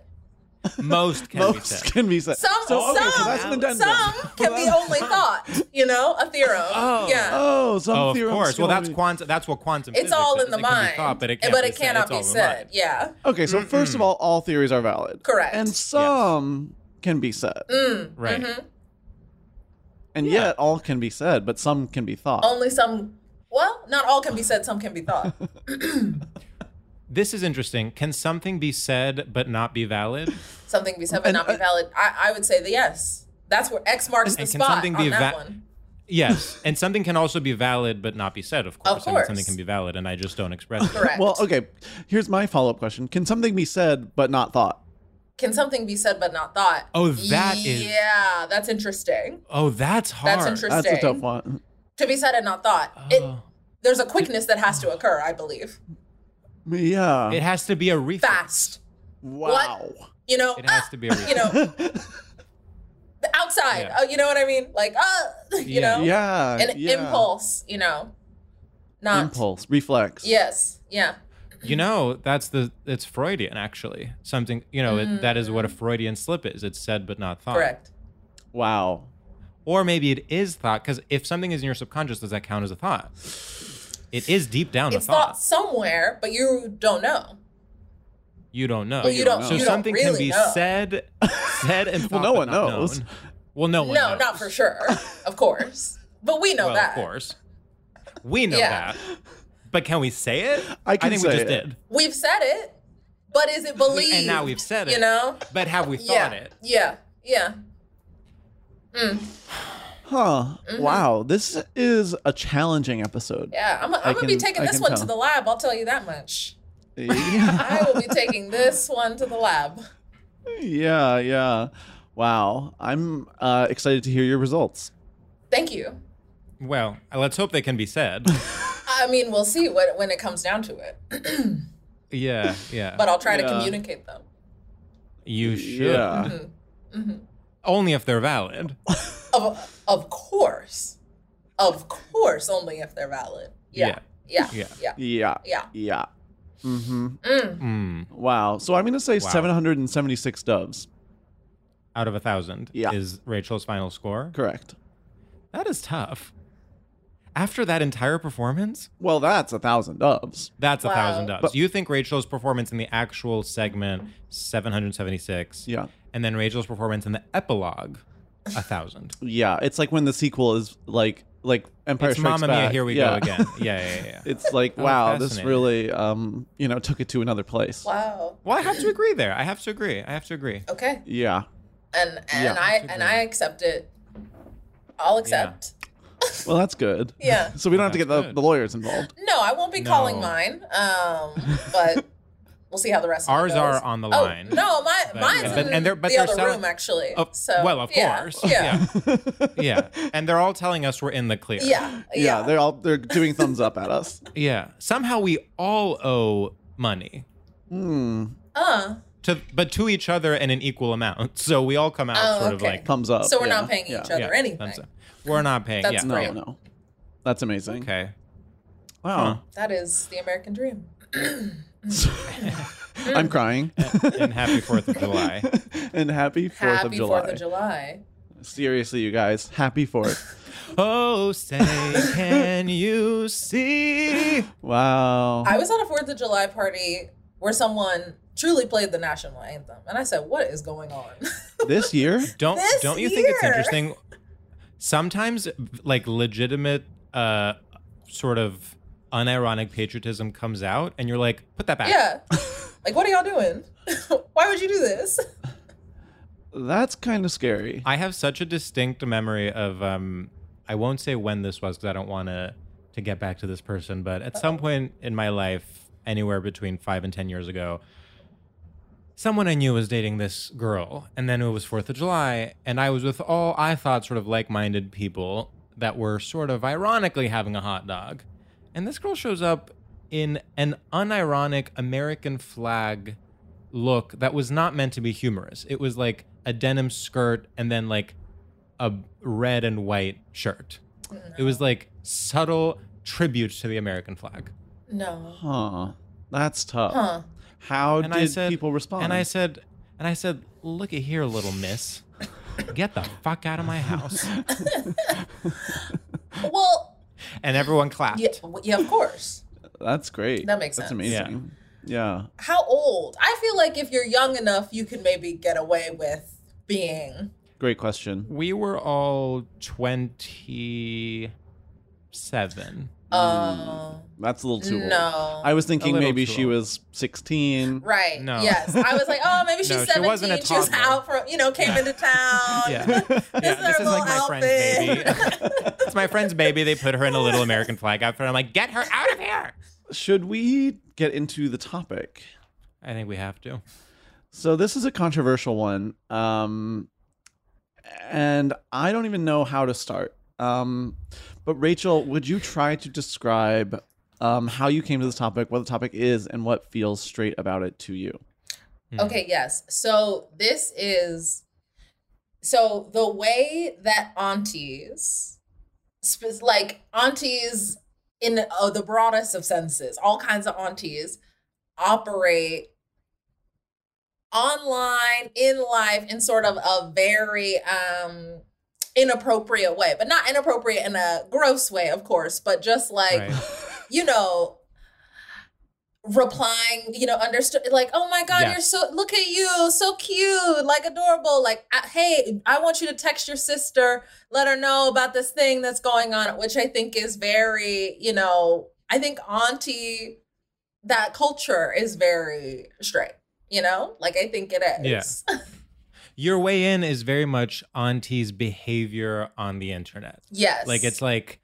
Speaker 2: Most can be
Speaker 3: most
Speaker 2: said.
Speaker 3: can be said.
Speaker 4: some
Speaker 3: So, okay, so that's an
Speaker 4: some
Speaker 3: addendum.
Speaker 4: some can be only thought you know a theorem yeah
Speaker 3: Oh, some
Speaker 2: Oh, of
Speaker 3: theorems
Speaker 2: course.
Speaker 3: can
Speaker 2: Well, that's
Speaker 3: only-
Speaker 2: quantum. That's what quantum.
Speaker 4: it's
Speaker 2: physics
Speaker 4: all
Speaker 2: is.
Speaker 4: in the
Speaker 2: It can
Speaker 4: mind
Speaker 2: be thought, but it, can't be said.
Speaker 4: cannot
Speaker 2: It's all
Speaker 4: be
Speaker 2: in the
Speaker 4: said
Speaker 2: mind.
Speaker 4: yeah
Speaker 3: Okay, so first of all, all theories are valid.
Speaker 4: Correct.
Speaker 3: And some can be said.
Speaker 2: Right.
Speaker 4: Mm-hmm.
Speaker 3: And yet all can be said, but some can be thought.
Speaker 4: only some well not all can be said some can be thought
Speaker 2: This is interesting. Can something be said but not be valid?
Speaker 4: something can be said but not be valid I, I would say the yes that's where X marks
Speaker 2: uh,
Speaker 4: the
Speaker 2: And can
Speaker 4: spot
Speaker 2: something
Speaker 4: on
Speaker 2: be
Speaker 4: that
Speaker 2: va-
Speaker 4: one
Speaker 2: Yes, and something can also be valid but not be said. Of course, I mean, something
Speaker 4: course.
Speaker 2: can be valid, and I just don't express it.
Speaker 4: correct
Speaker 3: well, okay. Here's my follow-up question. Can something be said but not thought?
Speaker 4: can something be said but not thought
Speaker 2: Oh, that is-
Speaker 4: yeah that's interesting
Speaker 2: Oh, that's hard.
Speaker 4: that's interesting
Speaker 3: That's a tough one.
Speaker 4: to be said and not thought.
Speaker 2: Oh.
Speaker 4: It, there's a quickness that has to occur, I believe.
Speaker 3: Yeah.
Speaker 2: It has to be a reflex.
Speaker 4: Fast.
Speaker 3: wow.
Speaker 4: You know,
Speaker 2: It has
Speaker 4: ah,
Speaker 2: to be a reflex.
Speaker 4: you know, the outside.
Speaker 2: Yeah.
Speaker 4: Oh, you know what I mean? Like, uh, you
Speaker 2: Yeah.
Speaker 4: know,
Speaker 3: Yeah.
Speaker 4: an
Speaker 3: yeah.
Speaker 4: impulse, you know, not.
Speaker 3: Impulse. Reflex.
Speaker 4: Yes. Yeah.
Speaker 2: You know, that's the it's Freudian actually. Something you know it, that is what a Freudian slip is. It's said but not thought.
Speaker 4: Mm. Correct.
Speaker 3: Wow.
Speaker 2: Or maybe it is thought because if something is in your subconscious, does that count as a thought? It is deep down
Speaker 4: It's
Speaker 2: a thought.
Speaker 4: thought somewhere, but you don't know.
Speaker 2: You don't know.
Speaker 4: Well, you don't-
Speaker 2: So
Speaker 4: you don't
Speaker 2: something can
Speaker 4: really
Speaker 2: be
Speaker 4: know.
Speaker 2: said, said and thought,
Speaker 3: no
Speaker 2: but
Speaker 3: one
Speaker 2: not
Speaker 3: knows.
Speaker 2: known. Well, no one.
Speaker 4: No,
Speaker 2: knows.
Speaker 4: not for sure. Of course. But we know
Speaker 2: Well,
Speaker 4: that.
Speaker 2: of course, we know
Speaker 4: Yeah.
Speaker 2: that. But can we say it?
Speaker 3: I can
Speaker 2: think we
Speaker 3: say
Speaker 2: just
Speaker 3: it.
Speaker 2: did.
Speaker 4: We've said it, but is it believed?
Speaker 2: And now we've said it.
Speaker 4: You know?
Speaker 2: But have we
Speaker 4: Yeah.
Speaker 2: thought it?
Speaker 4: Yeah. Yeah.
Speaker 3: Huh.
Speaker 4: Mm-hmm.
Speaker 3: Wow. This is a challenging episode.
Speaker 4: Yeah, I'm, I'm gonna be
Speaker 3: can-
Speaker 4: taking
Speaker 3: I
Speaker 4: this
Speaker 3: can
Speaker 4: one to
Speaker 3: tell.
Speaker 4: the lab. I'll tell you that much.
Speaker 3: Yeah.
Speaker 4: I will be taking this one to the lab.
Speaker 3: yeah. Yeah. Wow. I'm uh, excited to hear your results.
Speaker 4: Thank you.
Speaker 2: Well, let's hope they can be said.
Speaker 4: I mean, we'll see what, when it comes down to it,
Speaker 2: yeah, yeah.
Speaker 4: but I'll try to
Speaker 3: Yeah.
Speaker 4: communicate them.
Speaker 2: you should.
Speaker 3: Yeah.
Speaker 4: Mm-hmm.
Speaker 2: Only if they're valid.
Speaker 4: Of of course, of course, only if they're valid. Yeah, yeah, yeah,
Speaker 2: Yeah.
Speaker 4: yeah.
Speaker 3: Yeah.
Speaker 4: yeah.
Speaker 3: Yeah.
Speaker 2: Mm,
Speaker 3: Wow. So I'm going to say
Speaker 2: Wow.
Speaker 3: 776 doves.
Speaker 2: out of a thousand
Speaker 3: Yeah.
Speaker 2: is Rachel's final score.
Speaker 3: Correct.
Speaker 2: That is tough. After that entire performance,
Speaker 3: Well, that's a thousand doves.
Speaker 2: that's a
Speaker 4: Wow.
Speaker 2: thousand doves. You think Rachel's performance in the actual segment, 776.
Speaker 3: Yeah.
Speaker 2: And then Rachel's performance in the epilogue, a thousand.
Speaker 3: Yeah. It's like when the sequel is like like Empire
Speaker 2: it's
Speaker 3: Strikes
Speaker 2: Mamma
Speaker 3: Back.
Speaker 2: Mia, here we
Speaker 3: Yeah.
Speaker 2: go again. Yeah, yeah, yeah, yeah.
Speaker 3: It's like
Speaker 2: Oh,
Speaker 3: wow, this
Speaker 2: fascinating.
Speaker 3: really um you know took it to another place.
Speaker 4: Wow.
Speaker 2: well, I have to agree there. I have to agree. I have to agree.
Speaker 4: Okay.
Speaker 3: Yeah.
Speaker 4: And and
Speaker 3: Yeah.
Speaker 4: I and I accept it. I'll accept.
Speaker 3: Well, that's good.
Speaker 4: Yeah.
Speaker 3: So we don't have to
Speaker 2: That's
Speaker 3: get the,
Speaker 2: good.
Speaker 3: the lawyers involved.
Speaker 4: No, I won't be calling
Speaker 2: No.
Speaker 4: mine. Um, but we'll see how the rest.
Speaker 2: Ours
Speaker 4: of it goes.
Speaker 2: are on the
Speaker 4: Oh,
Speaker 2: line.
Speaker 4: No, my
Speaker 2: But-
Speaker 4: mine's
Speaker 2: yeah.
Speaker 4: in
Speaker 2: But- and they're- but
Speaker 4: the
Speaker 2: they're
Speaker 4: other
Speaker 2: selling-
Speaker 4: room actually.
Speaker 2: Oh,
Speaker 4: so
Speaker 2: well, of
Speaker 4: yeah,
Speaker 2: course.
Speaker 4: yeah,
Speaker 2: Yeah. yeah. And they're all telling us we're in the clear.
Speaker 4: yeah,
Speaker 3: Yeah,
Speaker 4: yeah.
Speaker 3: they're all they're doing thumbs up at us.
Speaker 2: Yeah. Somehow we all owe money
Speaker 3: Hmm.
Speaker 4: Uh,
Speaker 2: to, but to each other in an equal amount. So we all come out
Speaker 4: Oh,
Speaker 2: sort of
Speaker 4: okay.
Speaker 2: like
Speaker 3: Thumbs up.
Speaker 4: so we're
Speaker 3: yeah,
Speaker 4: not paying
Speaker 3: yeah.
Speaker 4: each other
Speaker 2: yeah,
Speaker 4: anything.
Speaker 2: thumbs up. We're not paying. yeah.
Speaker 4: That's
Speaker 3: No,
Speaker 4: Right.
Speaker 3: no. That's amazing.
Speaker 2: Okay.
Speaker 3: Wow.
Speaker 4: That is the American dream. Hmm.
Speaker 3: I'm crying.
Speaker 2: and happy Fourth of July.
Speaker 3: and happy 4th of
Speaker 4: Happy
Speaker 3: July.
Speaker 4: Fourth of July.
Speaker 3: Seriously, you guys, happy 4th.
Speaker 2: Oh, say can you see?
Speaker 3: Wow.
Speaker 4: I was at a Fourth of July party where someone truly played the national anthem. And I said, What is going on?
Speaker 3: This year,
Speaker 2: Don't
Speaker 4: This
Speaker 2: don't you think it's
Speaker 4: year.
Speaker 2: interesting? Sometimes like legitimate uh sort of unironic patriotism comes out and you're like, put that back.
Speaker 4: yeah. Like, what are y'all doing? Why would you do this?
Speaker 3: that's kind of scary.
Speaker 2: I have such a distinct memory of um I won't say when this was because I don't want to to get back to this person, but at some point in my life, anywhere between five and ten years ago, someone I knew was dating this girl, and then it was Fourth of July, and I was with all I thought sort of like-minded people that were sort of ironically having a hot dog, and this girl shows up in an unironic American flag look that was not meant to be humorous. It was like a denim skirt and then like a red and white shirt. It was like subtle tribute to the American flag.
Speaker 4: No.
Speaker 3: Huh. That's tough.
Speaker 4: Huh.
Speaker 3: How
Speaker 2: And
Speaker 3: did
Speaker 2: I said,
Speaker 3: people respond?
Speaker 2: And I said, and I said, look at here, little miss, get the fuck out of my house.
Speaker 4: Well,
Speaker 2: And everyone clapped.
Speaker 4: yeah, w- yeah, of course.
Speaker 3: that's great.
Speaker 4: That makes
Speaker 3: That's
Speaker 4: sense.
Speaker 3: amazing. Yeah.
Speaker 4: How old? I feel like if you're young enough, you can maybe get away with being.
Speaker 3: Great question.
Speaker 2: We were all twenty-seven.
Speaker 4: Um,
Speaker 3: That's a little too old.
Speaker 4: no.
Speaker 3: I was thinking
Speaker 2: little
Speaker 3: maybe
Speaker 2: too
Speaker 3: she
Speaker 2: old.
Speaker 3: was 16.
Speaker 4: Right.
Speaker 2: No.
Speaker 4: Yes. I was like, oh, maybe she's
Speaker 2: No, she
Speaker 4: 17.
Speaker 2: wasn't a
Speaker 4: she was
Speaker 2: toddler.
Speaker 4: out from, you know, came into town.
Speaker 2: Yeah.
Speaker 4: This is
Speaker 2: this
Speaker 4: her
Speaker 2: is like
Speaker 4: little
Speaker 2: my friend's baby.
Speaker 4: outfit.
Speaker 2: it's my friend's baby. They put her in a little American flag outfit. I'm like, get her out of here.
Speaker 3: Should we get into the topic?
Speaker 2: I think we have to.
Speaker 3: So this is a controversial one. Um and I don't even know how to start. Um but Rachel, would you try to describe um how you came to this topic, what the topic is and what feels straight about it to you?
Speaker 4: Okay, yes. So this is so the way that aunties spe- like aunties in uh, the broadest of senses, all kinds of aunties operate online in life in sort of a very um inappropriate way, but not inappropriate in a gross way, of course, but just like
Speaker 2: Right.
Speaker 4: you know replying you know understood like oh my god
Speaker 2: Yeah.
Speaker 4: you're so look at you so cute like adorable like I, hey i want you to text your sister let her know about this thing that's going on which i think is very you know i think auntie that culture is very straight you know like i think it is
Speaker 2: Your way in is very much auntie's behavior on the internet.
Speaker 4: yes
Speaker 2: Like it's like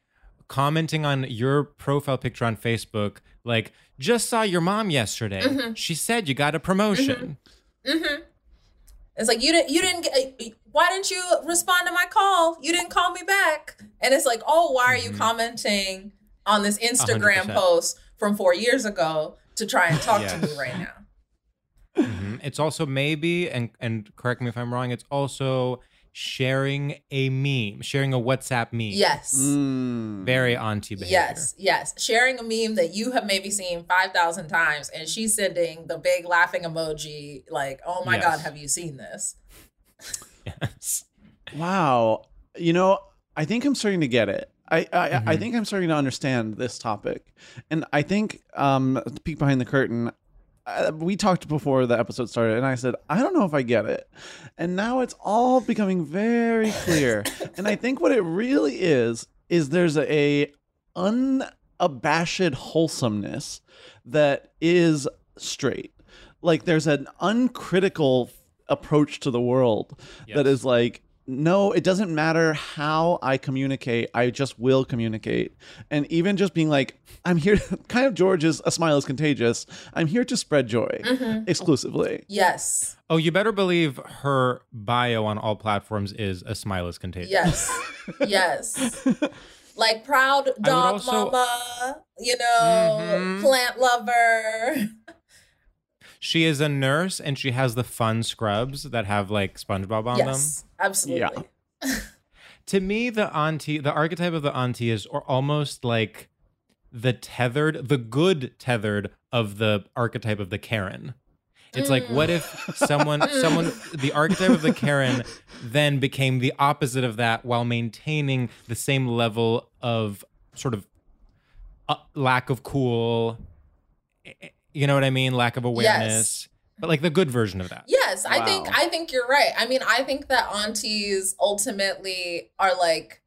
Speaker 2: commenting on your profile picture on Facebook, like, just saw your mom yesterday. She said you got a promotion.
Speaker 4: It's like you didn't you didn't get why didn't you respond to my call? You didn't call me back. And it's like, "Oh, why are you
Speaker 2: Mm-hmm.
Speaker 4: commenting on this Instagram
Speaker 2: 100%.
Speaker 4: post from 4 years ago to try and talk to
Speaker 2: Yes. Mm.
Speaker 4: me right now?"
Speaker 2: Mhm. It's also maybe, and and correct me if I'm wrong, it's also sharing a meme, sharing a WhatsApp meme.
Speaker 4: Yes.
Speaker 3: Mm.
Speaker 2: Very auntie behavior.
Speaker 4: Yes, yes. Sharing a meme that you have maybe seen 5,000 times and she's sending the big laughing emoji like, "Oh my
Speaker 2: Yes.
Speaker 4: god, have you seen this?"
Speaker 2: Yes.
Speaker 3: Wow. You know, I think I'm starting to get it. I, I, I think I'm starting to understand this topic. And I think, um, to peek behind the curtain, uh, we talked before the episode started, and I said, I don't know if I get it. And now it's all becoming very clear. and I think what it really is, is there's a unabashed wholesomeness that is straight. Like there's an uncritical approach to the world that is like, no, it doesn't matter how I communicate, I just will communicate. And even just being like, I'm here, kind of George's A Smile is Contagious, I'm here to spread joy exclusively.
Speaker 4: Yes.
Speaker 2: Oh, you better believe her bio on all platforms is a smile is contagious.
Speaker 4: Yes. yes. Like proud dog
Speaker 2: also-
Speaker 4: mama, you know,
Speaker 2: Mhm.
Speaker 4: plant lover.
Speaker 2: She is a nurse and she has the fun scrubs that have like SpongeBob on them.
Speaker 4: yes, absolutely.
Speaker 2: To me, the auntie, the archetype of the auntie is or almost like the tethered, the good tethered of the archetype of the Karen. It's like what if someone someone the archetype of the Karen then became the opposite of that while maintaining the same level of sort of e-, uh, lack of cool you know what I mean lack of awareness but like the good version of that.
Speaker 4: Yes, I think
Speaker 3: Wow.
Speaker 4: I think you're right. I mean, I think that aunties ultimately are like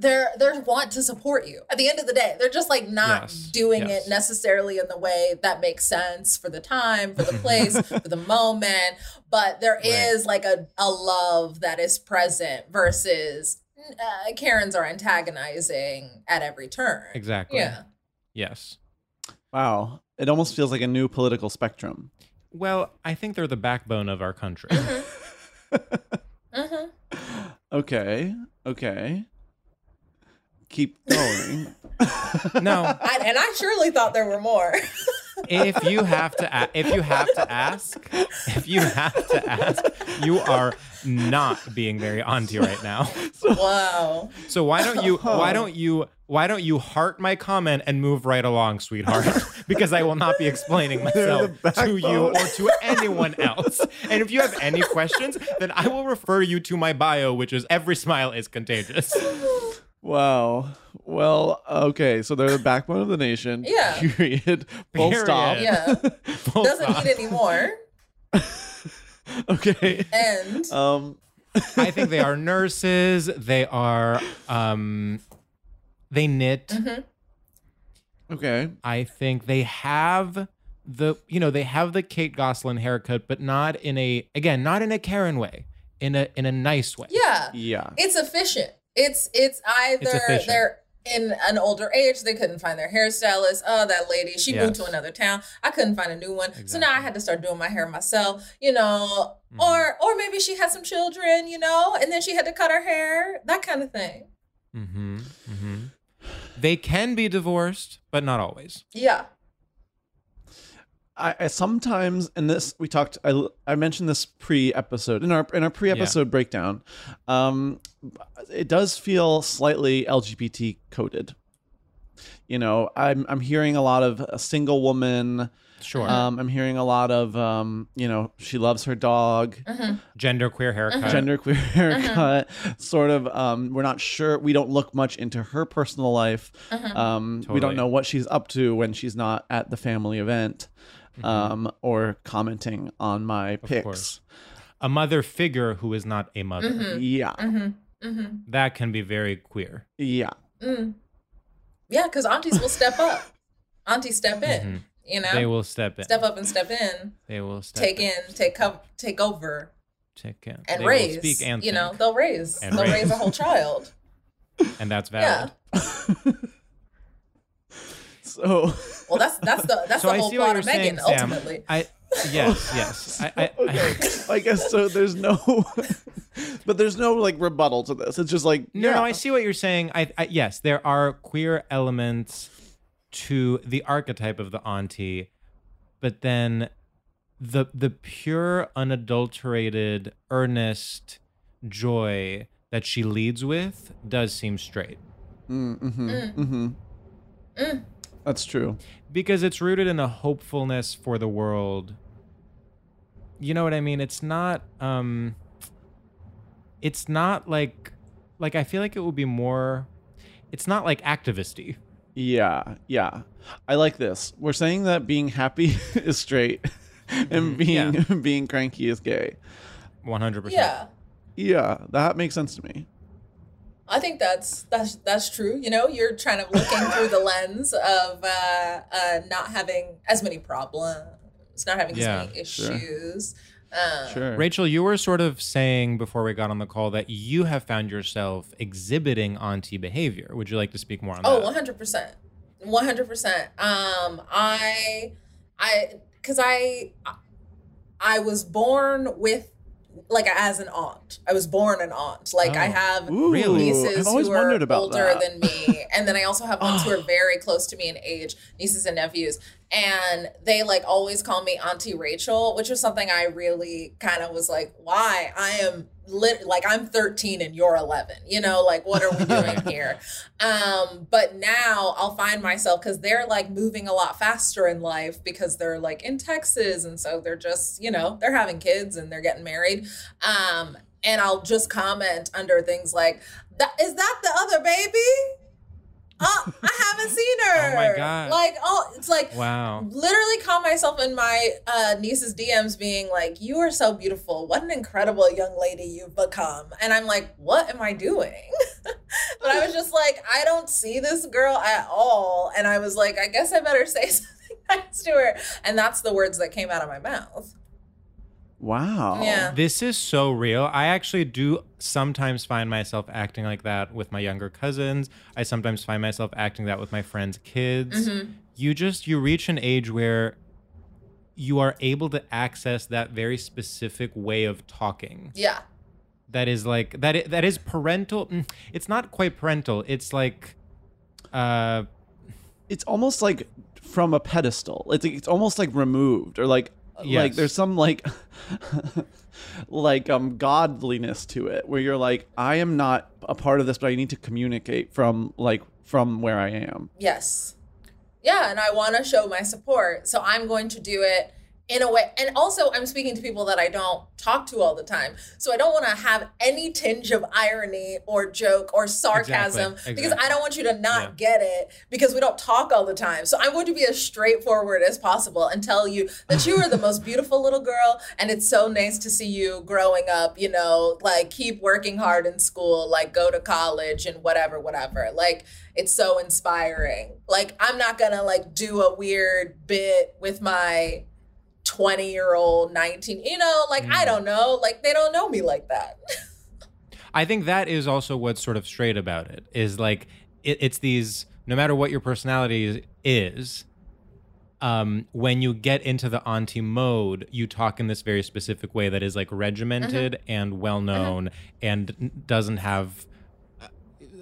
Speaker 4: they're they want to support you. At the end of the day, they're just like not
Speaker 2: Yes,
Speaker 4: doing
Speaker 2: yes.
Speaker 4: it necessarily in the way that makes sense for the time, for the place, for the moment, but there
Speaker 2: Right.
Speaker 4: is like a a love that is present versus uh, Karens are antagonizing at every turn.
Speaker 2: Exactly.
Speaker 4: Yeah.
Speaker 2: Yes.
Speaker 3: Wow. It almost feels like a new political spectrum.
Speaker 2: Well, I think they're the backbone of our country.
Speaker 4: Mhm.
Speaker 3: Okay. Okay. Keep going.
Speaker 2: no,
Speaker 4: I, and I surely thought there were more.
Speaker 2: if you have to, a- if you have to ask, if you have to ask, you are not being very auntie right now.
Speaker 4: wow.
Speaker 2: So why don't you? Why don't you? Why don't you heart my comment and move right along, sweetheart? Because I will not be explaining myself to you or to anyone else. And if you have any questions, then I will refer you to my bio, which is "Every smile is contagious."
Speaker 3: wow. Well, okay. So they're the backbone of the nation.
Speaker 4: Yeah.
Speaker 3: Period. Full
Speaker 2: Period.
Speaker 3: stop.
Speaker 4: Yeah.
Speaker 2: Full
Speaker 4: Doesn't
Speaker 2: stop.
Speaker 4: need any more.
Speaker 3: Okay.
Speaker 4: And
Speaker 2: Uh,
Speaker 3: Um.
Speaker 2: I think they are nurses. They are um they knit.
Speaker 3: Okay.
Speaker 2: I think they have the you know, they have the Kate Gosselin haircut, but not in a again, not in a Karen way. In a in a nice way.
Speaker 4: yeah,
Speaker 3: Yeah.
Speaker 4: it's efficient. It's it's either
Speaker 2: efficient.
Speaker 4: they're in an older age, they couldn't find their hairstylist. Oh, that lady, she moved to
Speaker 2: Yes.
Speaker 4: another town. I couldn't find a new one, so now I had to start doing my hair myself. You know,
Speaker 2: Mm-hmm.
Speaker 4: or or maybe she had some children, you know, and then she had to cut her hair, that kind of thing.
Speaker 2: Mm-hmm. Mm-hmm. They can be divorced, but not always.
Speaker 4: Yeah,
Speaker 3: I, I sometimes and this we talked I, I mentioned this pre episode in our in our pre episode breakdown um it does feel slightly lgbt coded you know i'm i'm hearing a lot of a single woman
Speaker 2: Sure.
Speaker 4: Uh,
Speaker 3: um i'm hearing a lot of um you know she loves her dog
Speaker 2: Gender queer
Speaker 4: uh-huh.
Speaker 2: haircut.
Speaker 3: gender queer
Speaker 2: Uh-huh.
Speaker 3: haircut sort of um we're not sure we don't look much into her personal life
Speaker 2: Uh-huh.
Speaker 3: um we
Speaker 2: Totally.
Speaker 3: don't know what she's up to when she's not at the family event um or commenting on my
Speaker 2: Mm-hmm. course.
Speaker 3: pics
Speaker 2: A mother figure who is not a mother.
Speaker 4: Mm-hmm.
Speaker 3: yeah
Speaker 2: Mm-hmm. That can be very queer.
Speaker 3: yeah
Speaker 4: yeah, because aunties will step up. Aunties step in. You know,
Speaker 2: Mm-hmm. They will step in.
Speaker 4: step up and step in,
Speaker 2: They will step
Speaker 4: take
Speaker 2: in.
Speaker 4: in, take co- take over,
Speaker 2: Take in.
Speaker 4: and
Speaker 2: They will
Speaker 4: raise.
Speaker 2: Speak and
Speaker 4: you know,
Speaker 2: think.
Speaker 4: they'll raise.
Speaker 2: And
Speaker 4: they'll
Speaker 2: raise.
Speaker 4: raise a whole child.
Speaker 2: and that's
Speaker 4: Yeah.
Speaker 2: valid.
Speaker 3: so
Speaker 4: Well, that's that's the that's
Speaker 2: So
Speaker 4: the
Speaker 2: I
Speaker 4: whole
Speaker 2: see what
Speaker 4: plot
Speaker 2: you're
Speaker 4: of
Speaker 2: saying,
Speaker 4: Megan.
Speaker 2: Sam.
Speaker 4: ultimately,
Speaker 2: I yes, yes. I, I, I
Speaker 3: i guess so there's no but there's no like rebuttal to this it's just like
Speaker 2: no,
Speaker 3: yeah.
Speaker 2: no. I see what you're saying. I, I yes, there are queer elements to the archetype of the auntie, but then the the pure, unadulterated, earnest joy that she leads with does seem straight
Speaker 3: that's true
Speaker 2: because it's rooted in a hopefulness for the world. You know what I mean? It's not um it's not like like I feel like it would be more it's not like activisty.
Speaker 3: Yeah, yeah. I like this. We're saying that being happy is straight
Speaker 2: Mm-hmm.
Speaker 3: and being being cranky is gay.
Speaker 2: 100%.
Speaker 4: yeah.
Speaker 3: Yeah, that makes sense to me.
Speaker 4: I think that's that's that's true. You know, you're trying to looking through the lens of uh, uh, not having as many problems, not having
Speaker 2: Yeah,
Speaker 4: as many issues. Um,
Speaker 3: Sure.
Speaker 2: Rachel, you were sort of saying before we got on the call that you have found yourself exhibiting auntie behavior. Would you like to speak more on
Speaker 4: Oh,
Speaker 2: that?
Speaker 4: 100%. 100%. Um I I cuz I I was born with like as an aunt. I was born an aunt. Like I
Speaker 2: Oh.
Speaker 4: have
Speaker 3: Ooh,
Speaker 2: Really?
Speaker 4: nieces
Speaker 3: I've always
Speaker 4: who are
Speaker 3: wondered about
Speaker 4: older
Speaker 3: that.
Speaker 4: than me and then I also have ones who are very close to me in age, nieces and nephews. And they like always call me Auntie Rachel, which was something I really kind of was like, why? I am lit like I'm 13 and you're 11. You know, like what are we doing here? Um, but now I'll find myself because they're like moving a lot faster in life because they're like in Texas and so they're just, you know, they're having kids and they're getting married. Um, and I'll just comment under things like, that is that the other baby? Oh, I haven't seen her.
Speaker 2: Oh my God.
Speaker 4: Like, oh, it's like
Speaker 2: Wow.
Speaker 4: literally caught myself in my uh, niece's DMs being like, "You are so beautiful. What an incredible young lady you've become." And I'm like, "What am I doing?" but I was just like, "I don't see this girl at all." And I was like, "I guess I better say something nice to her." And that's the words that came out of my mouth.
Speaker 2: Oh,
Speaker 3: Wow.
Speaker 4: Yeah.
Speaker 2: This is so real. I actually do sometimes find myself acting like that with my younger cousins. I sometimes find myself acting that with my friends' kids.
Speaker 4: Mm-hmm.
Speaker 2: You just you reach an age where you are able to access that very specific way of talking.
Speaker 4: Yeah.
Speaker 2: That is like that. i- That is parental. mm, It's not quite parental. It's like, uh,
Speaker 3: It's almost like from a pedestal. It's it's almost like removed or like like
Speaker 2: Yes.
Speaker 3: there's some like like um godliness to it where you're like I am not a part of this but I need to communicate from like from where I am.
Speaker 4: Yes. Yeah, and I want to show my support. So I'm going to do it in a way. And also, I'm speaking to people that I don't talk to all the time. So I don't want to have any tinge of irony or joke or sarcasm
Speaker 2: Exactly,
Speaker 4: because I
Speaker 2: exactly.
Speaker 4: don't want you to not get it because we don't talk all the time. So I'm going to be as straightforward as possible and tell you that you are the most beautiful little girl. And it's so nice to see you growing up, you know, like keep working hard in school, like go to college and whatever, whatever. Like, it's so inspiring. Like I'm not gonna like do a weird bit with my 20 year old 19 you know like i don't know like they don't know me like that
Speaker 2: I think that is also what's sort of straight about it is like it, it's these no matter what your personality is, is um, when you get into the auntie mode, you talk in this very specific way that is like regimented and well known and n- doesn't have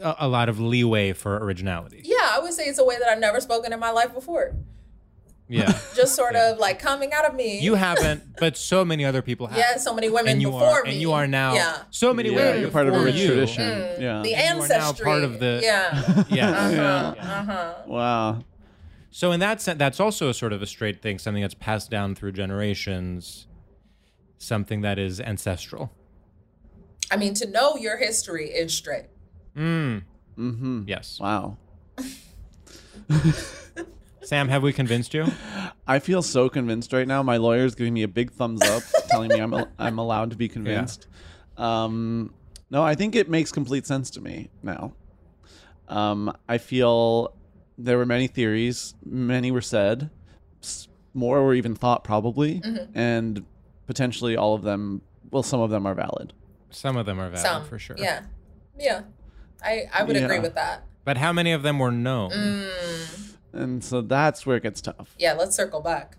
Speaker 2: a, a lot of leeway for originality.
Speaker 4: yeah i would say it's a way that i've never spoken in my life before
Speaker 2: Yeah.
Speaker 4: just sort of like coming out of me
Speaker 2: you haven't, but so many other people have.
Speaker 4: yeah so many women
Speaker 2: and you are,
Speaker 4: before me
Speaker 2: and you are now.
Speaker 4: yeah
Speaker 2: So many
Speaker 3: Yeah,
Speaker 2: women.
Speaker 3: you're part of a
Speaker 2: before
Speaker 3: rich
Speaker 2: you.
Speaker 3: tradition. Yeah.
Speaker 4: Mm. the
Speaker 2: And you are now
Speaker 4: ancestry
Speaker 2: part of the-
Speaker 4: yeah
Speaker 2: Yeah.
Speaker 4: uh-huh uh-huh
Speaker 3: Wow.
Speaker 2: So in that sense, that's also a sort of a straight thing, something that's passed down through generations, something that is ancestral.
Speaker 4: i mean to know your history is straight
Speaker 2: Mm,
Speaker 3: Mhm.
Speaker 2: yes.
Speaker 3: Wow.
Speaker 2: Sam, have we convinced you?
Speaker 3: I feel so convinced right now. My lawyer's giving me a big thumbs up, telling me I'm al- I'm allowed to be convinced. Um, no, I think it makes complete sense to me now. Um, I feel there were many theories, many were said, s- more were even thought probably,
Speaker 2: Mm-hmm.
Speaker 3: and potentially all of them. Well, some of them are valid.
Speaker 2: Some of them are valid
Speaker 4: some
Speaker 2: for sure.
Speaker 4: yeah yeah i i would agree
Speaker 3: Yeah.
Speaker 4: with that
Speaker 2: But how many of them were known?
Speaker 4: Mm.
Speaker 3: And so that's where it gets tough.
Speaker 4: Yeah, let's circle back.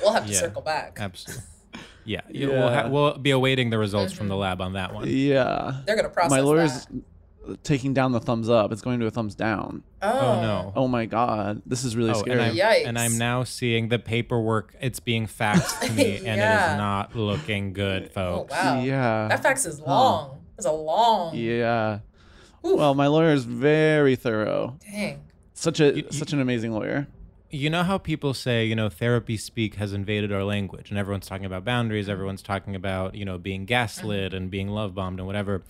Speaker 4: We'll have to
Speaker 2: Yeah.
Speaker 4: circle back.
Speaker 2: Absolutely. Yeah. you- We'll, ha-
Speaker 3: Yeah.
Speaker 2: we'll be awaiting the results from
Speaker 4: Mm-hmm.
Speaker 2: the lab on that one.
Speaker 3: Yeah.
Speaker 4: They're gonna process
Speaker 3: My lawyer's
Speaker 4: that.
Speaker 3: taking down the thumbs up. It's going to a thumbs down.
Speaker 2: Oh, no.
Speaker 3: Oh my god, this is really
Speaker 2: Oh,
Speaker 3: scary.
Speaker 2: and, I'm,
Speaker 4: Yikes.
Speaker 2: and I'm now seeing the paperwork. It's being faxed to me, and it
Speaker 4: Yeah.
Speaker 2: is not looking good,
Speaker 4: Oh
Speaker 2: folks.
Speaker 4: wow.
Speaker 3: Yeah.
Speaker 4: That fax is long. It's a long.
Speaker 3: Yeah. Well, my lawyer is very thorough.
Speaker 4: Dang.
Speaker 3: Such a such an amazing lawyer.
Speaker 2: You know how people say, you know, therapy speak has invaded our language and everyone's talking about
Speaker 4: Mm-hmm.
Speaker 2: boundaries, everyone's talking about, you know, being gaslit and being love bombed and whatever.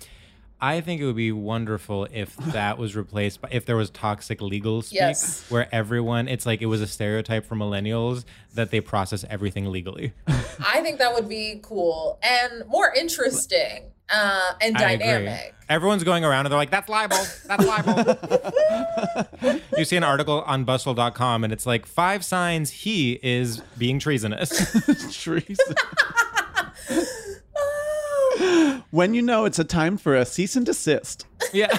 Speaker 2: I think it would be wonderful if that was replaced by if there was toxic legal speak
Speaker 4: Yes.
Speaker 2: where everyone it's like it was a stereotype for millennials that they process everything legally.
Speaker 4: I think that would be cool and more interesting uh, and
Speaker 2: I agree.
Speaker 4: dynamic.
Speaker 2: Everyone's going around and they're like, that's libel. That's libel. you see an article on bustle.com and it's like five signs he is being treasonous.
Speaker 3: Trees. when you know it's a time for a cease and desist.
Speaker 2: yeah.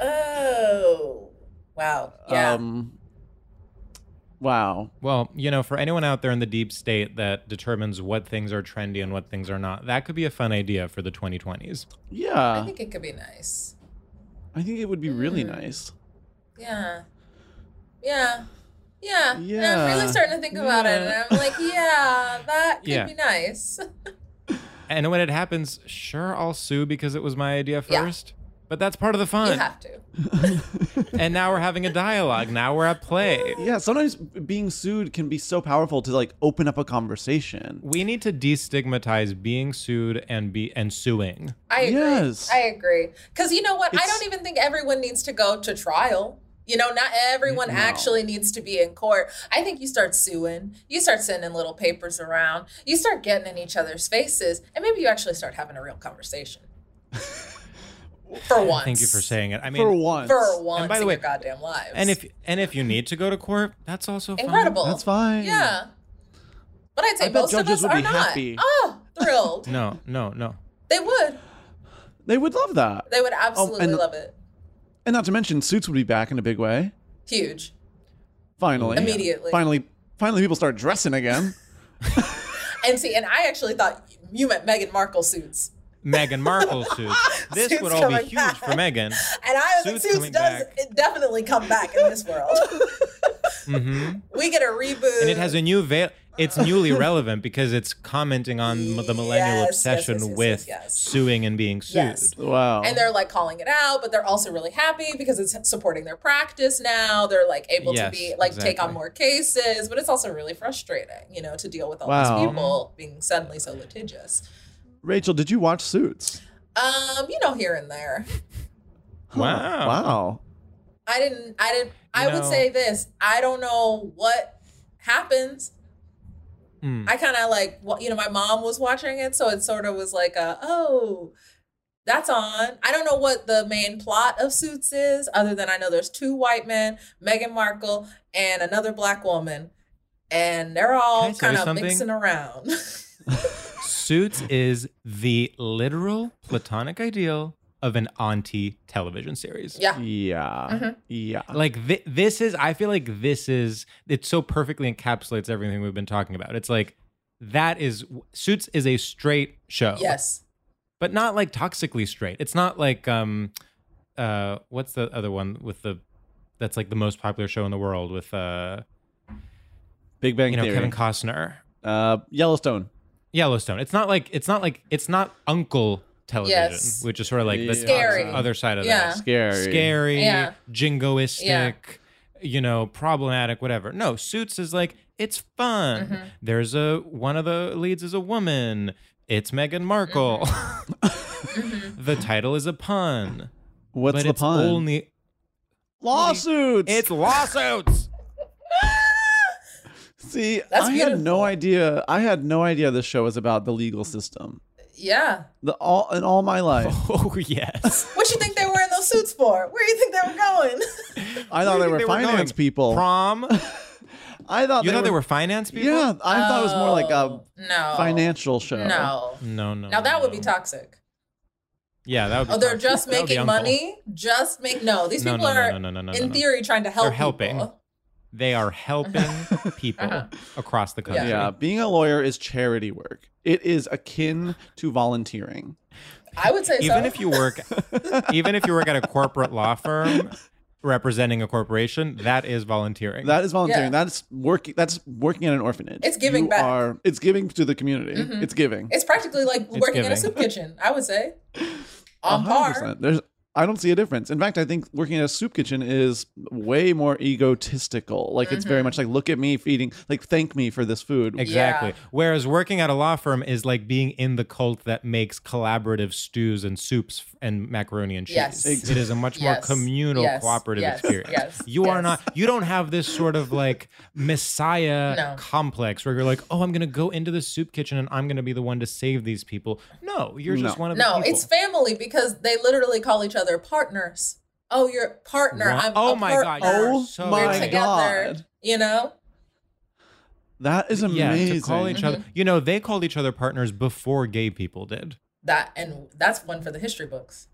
Speaker 4: Oh. Wow. Yeah.
Speaker 3: Um Wow.
Speaker 2: Well, you know, for anyone out there in the deep state that determines what things are trendy and what things are not, that could be a fun idea for the 2020s.
Speaker 3: Yeah.
Speaker 4: I think Mm. it could be nice.
Speaker 3: it would be really nice.
Speaker 4: Yeah. Yeah. Yeah. yeah. I'm
Speaker 3: Yeah.
Speaker 4: really starting to think about it. And
Speaker 3: Yeah.
Speaker 4: I'm like, yeah, that could
Speaker 2: Yeah.
Speaker 4: be nice.
Speaker 2: And when it happens, sure, I'll sue because it was my idea
Speaker 4: Yeah.
Speaker 2: first. But that's part of the
Speaker 4: You
Speaker 2: fun.
Speaker 4: have to.
Speaker 2: And now we're having a dialogue. Now we're at play.
Speaker 3: Yeah, sometimes being sued can be so powerful to like open up a conversation.
Speaker 2: We need to destigmatize being sued and be and suing.
Speaker 4: I agree.
Speaker 3: Yes.
Speaker 4: I agree. Because you know what? I
Speaker 3: It's-
Speaker 4: don't even think everyone needs to go to trial. You know, not everyone actually needs to be in court. I think you start suing, you start sending little papers around, you start getting in each other's faces, and maybe you actually start having a real conversation. for once.
Speaker 2: Thank you for saying it. I mean,
Speaker 3: For once.
Speaker 4: For once
Speaker 2: by the
Speaker 4: in
Speaker 2: way-
Speaker 4: your goddamn lives.
Speaker 2: and if and if you need to go to court, that's also fine.
Speaker 4: incredible.
Speaker 3: That's fine.
Speaker 4: Yeah. But I'd say
Speaker 3: I bet
Speaker 4: most of
Speaker 3: judges
Speaker 4: us
Speaker 3: would
Speaker 4: are
Speaker 3: be
Speaker 4: not.
Speaker 3: happy.
Speaker 4: Oh, thrilled.
Speaker 2: No, no, no.
Speaker 4: They would.
Speaker 3: They would love that.
Speaker 4: They would absolutely
Speaker 3: Oh, and-
Speaker 4: love it.
Speaker 3: And not to mention, suits would be back in a big way.
Speaker 4: Huge.
Speaker 3: Finally.
Speaker 4: Immediately.
Speaker 3: Finally, finally, people start dressing again.
Speaker 4: And see, and I actually thought you meant Meghan Markle suits.
Speaker 2: Meghan Markle suits. This
Speaker 4: Suits
Speaker 2: would all be
Speaker 4: coming
Speaker 2: huge
Speaker 4: back.
Speaker 2: for Meghan.
Speaker 4: And I was
Speaker 2: Suits
Speaker 4: like, suits
Speaker 2: coming
Speaker 4: does
Speaker 2: back.
Speaker 4: it definitely come back in this world.
Speaker 2: Mhm.
Speaker 4: we get a reboot.
Speaker 2: And it has a new veil. It's newly relevant because it's commenting on the millennial
Speaker 4: Yes, yes,
Speaker 2: obsession
Speaker 4: yes, yes, yes,
Speaker 2: with
Speaker 4: yes.
Speaker 2: suing and being sued.
Speaker 4: Yes.
Speaker 3: Wow.
Speaker 2: Oh.
Speaker 4: And they're like calling it out, but they're also really happy because it's supporting their practice now. They're like able
Speaker 2: Yes,
Speaker 4: to be like take on
Speaker 2: exactly.
Speaker 4: more cases, but it's also really frustrating, you know, to deal with all
Speaker 3: Wow.
Speaker 4: these people being suddenly so litigious.
Speaker 3: Rachel, did you watch Suits?
Speaker 4: Um, you know, here and there.
Speaker 2: Wow.
Speaker 3: Wow.
Speaker 4: I didn't. I didn't. I would
Speaker 2: No.
Speaker 4: say this. I don't know what happens.
Speaker 2: Mm.
Speaker 4: I kind of like, well, you know, my mom was watching it, so it sort of was like, a, oh, that's on. I don't know what the main plot of Suits is, other than I know there's two white men, Meghan Markle, and another black woman, and they're
Speaker 2: Can I
Speaker 4: all
Speaker 2: tell
Speaker 4: kind
Speaker 2: you
Speaker 4: of
Speaker 2: something?
Speaker 4: mixing around.
Speaker 2: Suits is the literal platonic ideal of an auntie television series.
Speaker 4: yeah,
Speaker 3: Yeah.
Speaker 4: Uh-huh.
Speaker 3: Yeah.
Speaker 2: Like thi- this is I feel like this is it so perfectly encapsulates everything we've been talking about. It's like that is Suits is a straight show.
Speaker 4: yes,
Speaker 2: But not like toxically straight. It's not like um uh what's the other one with the that's like the most popular show in the world with uh
Speaker 3: Big Bang
Speaker 2: you know
Speaker 3: Theory.
Speaker 2: Kevin Costner.
Speaker 3: uh, Yellowstone.
Speaker 2: Yellowstone. It's not like it's not like it's not uncle television,
Speaker 4: Yes.
Speaker 2: which is sort of like the
Speaker 4: Scary.
Speaker 2: toxic other side of
Speaker 4: Yeah.
Speaker 2: that.
Speaker 3: Scary.
Speaker 2: Scary,
Speaker 4: Yeah.
Speaker 2: jingoistic,
Speaker 4: Yeah.
Speaker 2: you know, problematic, whatever. No, Suits is like it's fun.
Speaker 4: Mm-hmm.
Speaker 2: There's a one of the leads is a woman. It's Meghan Markle.
Speaker 4: Mm-hmm.
Speaker 2: the title is a pun,
Speaker 3: What's
Speaker 2: but
Speaker 3: the
Speaker 2: it's
Speaker 3: pun?
Speaker 2: only
Speaker 3: Lawsuits.
Speaker 2: it's lawsuits.
Speaker 3: See,
Speaker 4: That's
Speaker 3: I had no
Speaker 4: beautiful.
Speaker 3: idea. I had no idea this show was about the legal system.
Speaker 4: yeah.
Speaker 3: The all in all my life,
Speaker 2: oh yes.
Speaker 4: What you think they were wearing those suits for? Where do you think they were going?
Speaker 3: I thought they
Speaker 2: Where do you think
Speaker 3: were finance
Speaker 2: going?
Speaker 3: people.
Speaker 2: Prom. You
Speaker 3: I thought
Speaker 2: thought they were finance people?
Speaker 3: Yeah, I thought it was more like a
Speaker 4: no
Speaker 3: financial show.
Speaker 4: Oh. No.
Speaker 2: No, no.
Speaker 4: Now that would be
Speaker 2: no.
Speaker 4: toxic.
Speaker 2: Yeah, that would. Be
Speaker 4: Oh, they're
Speaker 2: tough.
Speaker 4: just
Speaker 2: That would be
Speaker 4: making
Speaker 2: uncle.
Speaker 4: money. Just make no. These
Speaker 2: No,
Speaker 4: people
Speaker 2: no, no,
Speaker 4: are
Speaker 2: no, no, no, no,
Speaker 4: in
Speaker 2: no.
Speaker 4: theory trying to help.
Speaker 2: They're helping.
Speaker 4: people.
Speaker 2: They are helping
Speaker 4: Uh-huh.
Speaker 2: people across the country.
Speaker 3: Yeah, being a lawyer is charity work. It is akin to volunteering.
Speaker 4: I would say
Speaker 2: Even
Speaker 4: so.
Speaker 2: if you work, even if you work at a corporate law firm representing a corporation, that is volunteering.
Speaker 3: That is volunteering.
Speaker 4: Yeah.
Speaker 3: That's working. That's working at an orphanage.
Speaker 4: It's giving
Speaker 3: You
Speaker 4: back. Mm-hmm.
Speaker 3: Are, it's giving to the community. It's giving.
Speaker 4: it's practically like working in
Speaker 2: giving.
Speaker 4: a soup kitchen. I would say on par.
Speaker 3: 100%. There's. I don't see a difference. In fact, I think working at a soup kitchen is way more egotistical. Like it's
Speaker 4: Mm-hmm.
Speaker 3: very much like, look at me feeding. Like thank me for this food.
Speaker 2: exactly.
Speaker 4: Yeah.
Speaker 2: Whereas working at a law firm is like being in the cult that makes collaborative stews and soups and macaroni and cheese.
Speaker 4: Yes. Ex-
Speaker 2: It is a much more
Speaker 4: Yes.
Speaker 2: communal,
Speaker 4: Yes.
Speaker 2: cooperative
Speaker 4: Yes.
Speaker 2: experience.
Speaker 4: Yes.
Speaker 2: You are
Speaker 4: Yes.
Speaker 2: not. You don't have this sort of like messiah
Speaker 4: No.
Speaker 2: complex where you're like, oh, I'm gonna go into the soup kitchen and I'm gonna be the one to save these people. No, you're just
Speaker 3: No.
Speaker 2: one of the
Speaker 4: No,
Speaker 2: people.
Speaker 4: it's family because they literally call each other partners. Oh, you're a partner.
Speaker 2: Wow.
Speaker 4: I'm
Speaker 2: Oh
Speaker 4: a
Speaker 2: my
Speaker 4: partner.
Speaker 2: God, you're
Speaker 3: Oh
Speaker 2: so
Speaker 3: my
Speaker 4: We're
Speaker 2: right.
Speaker 4: together.
Speaker 3: God.
Speaker 4: You know.
Speaker 3: That is
Speaker 2: yeah,
Speaker 3: amazing.
Speaker 2: to call each
Speaker 4: Mm-hmm.
Speaker 2: other. You know, they called each other partners before gay people did.
Speaker 4: That and that's one for the history books.